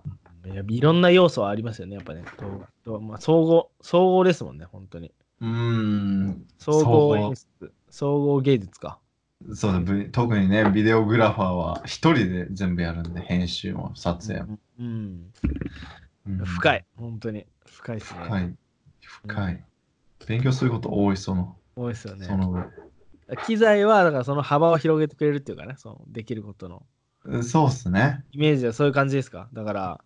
[SPEAKER 1] ー
[SPEAKER 2] いやいろんな要素はありますよね、やっぱね。ととまあ、総合、総合ですもんね、本当に。
[SPEAKER 1] うん。
[SPEAKER 2] 総合
[SPEAKER 1] 総合
[SPEAKER 2] 演出、総合芸術か。
[SPEAKER 1] そうだ、ぶ特にね、ビデオグラファーは一人で全部やるんで、編集も撮影も。
[SPEAKER 2] うん。
[SPEAKER 1] うん
[SPEAKER 2] 深い、本当に深いですね。
[SPEAKER 1] 深い。深い。勉強すること多い、その、
[SPEAKER 2] 多いですよね
[SPEAKER 1] そ。の上
[SPEAKER 2] 機材はだからその幅を広げてくれるっていうかね、そのできることの
[SPEAKER 1] うん。そうっすね。
[SPEAKER 2] イメージはそういう感じですか。だから、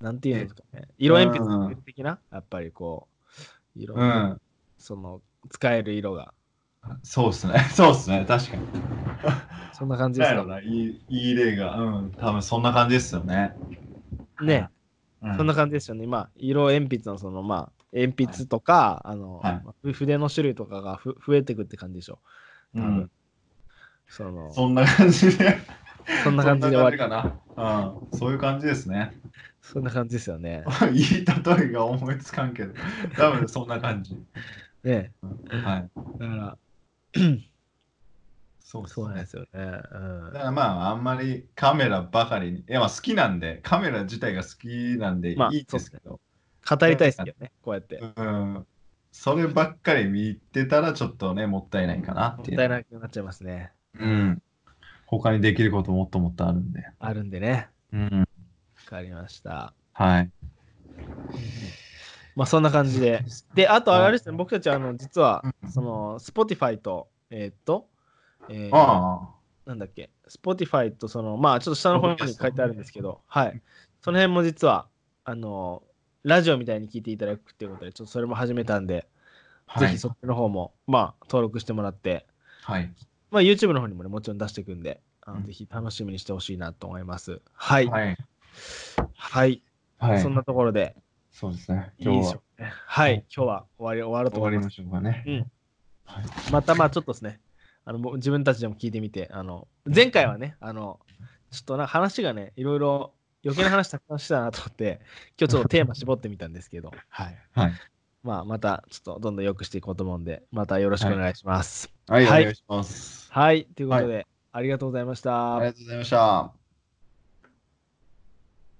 [SPEAKER 2] なんていうんですかね、色鉛筆的な、やっぱりこう、色、
[SPEAKER 1] うん。
[SPEAKER 2] その使える色が、
[SPEAKER 1] そうっすね。そうっすね。確かに。
[SPEAKER 2] そんな感じで
[SPEAKER 1] な
[SPEAKER 2] す
[SPEAKER 1] る
[SPEAKER 2] よ
[SPEAKER 1] ほ
[SPEAKER 2] ね。
[SPEAKER 1] ど。いいいい例が。うん。多分そんな感じですよね。
[SPEAKER 2] ね、
[SPEAKER 1] うん
[SPEAKER 2] そんな感じですよね。まあ、色鉛筆のその、まあ、鉛筆とか、あの、
[SPEAKER 1] はい
[SPEAKER 2] ふ筆の種類とかがふ増えてくって感じでしょ。多分
[SPEAKER 1] うん
[SPEAKER 2] そのそ
[SPEAKER 1] そんな感じで。
[SPEAKER 2] んな感じで終わり
[SPEAKER 1] そんな感じかな。うん。そういう感じですね。 (laughs)
[SPEAKER 2] んな感じですよね。
[SPEAKER 1] いい例えが思いつかんけど、多分そんな感じ。
[SPEAKER 2] ね
[SPEAKER 1] うんはい。
[SPEAKER 2] だから、
[SPEAKER 1] そうっす
[SPEAKER 2] そうなん
[SPEAKER 1] ね
[SPEAKER 2] ですよね。うん
[SPEAKER 1] だからまああんまりカメラばかりにいやまあ好きなんでカメラ自体が好きなんでい
[SPEAKER 2] まあ
[SPEAKER 1] いですけ
[SPEAKER 2] 語
[SPEAKER 1] ど、
[SPEAKER 2] りたいですけどね、こうやって。も
[SPEAKER 1] うんそればっかり見てたらちょっとねもったいないかなっ
[SPEAKER 2] って
[SPEAKER 1] いう
[SPEAKER 2] たいなくなっちゃいますね。
[SPEAKER 1] うん他にできることもっともっとあるんで
[SPEAKER 2] あるんでね。
[SPEAKER 1] うん
[SPEAKER 2] わかりました。
[SPEAKER 1] はい
[SPEAKER 2] まあそんな感じで。で、あとあれですね、僕たちあの実は
[SPEAKER 1] う、ん
[SPEAKER 2] その、Spotify と、えーっと、えー
[SPEAKER 1] あ
[SPEAKER 2] なんだっけ、Spotify とその、まあちょっと下の方に書いてあるんですけど、はい。その辺も実は、あの、ラジオみたいに聞いていただくっていうことで、ちょっとそれも始めたんで、
[SPEAKER 1] あ
[SPEAKER 2] ぜひそっちの方も、まあ登録してもらって、
[SPEAKER 1] はい
[SPEAKER 2] まあ、YouTube の方にもね、もちろん出していくんで、あの
[SPEAKER 1] うん
[SPEAKER 2] ぜひ楽しみにしてほしいなと思います。はい。はい。
[SPEAKER 1] はいはい
[SPEAKER 2] そんなところで、
[SPEAKER 1] そうですね
[SPEAKER 2] いい
[SPEAKER 1] 今
[SPEAKER 2] で
[SPEAKER 1] 日
[SPEAKER 2] し
[SPEAKER 1] は
[SPEAKER 2] ょうね。はい。今日は終わり、終わると
[SPEAKER 1] 終
[SPEAKER 2] 思
[SPEAKER 1] わ
[SPEAKER 2] い
[SPEAKER 1] り
[SPEAKER 2] ま。
[SPEAKER 1] ますしょうかね
[SPEAKER 2] うん。
[SPEAKER 1] はい
[SPEAKER 2] またまあ、ちょっとですね、あの僕自分たちでも聞いてみて、あの、前回はね、あの、ちょっとな話がね、いろいろ余計な話たくさんしたなと思って、今日ちょっとテーマ絞ってみたんですけど、
[SPEAKER 1] (laughs) はいはい
[SPEAKER 2] まあ、またちょっとどんどん良くしていこうと思うんで、またよろしくお願いします。
[SPEAKER 1] はい、
[SPEAKER 2] はい
[SPEAKER 1] お願いします
[SPEAKER 2] はい。ということで、ありがとうございました。
[SPEAKER 1] ありがとうございました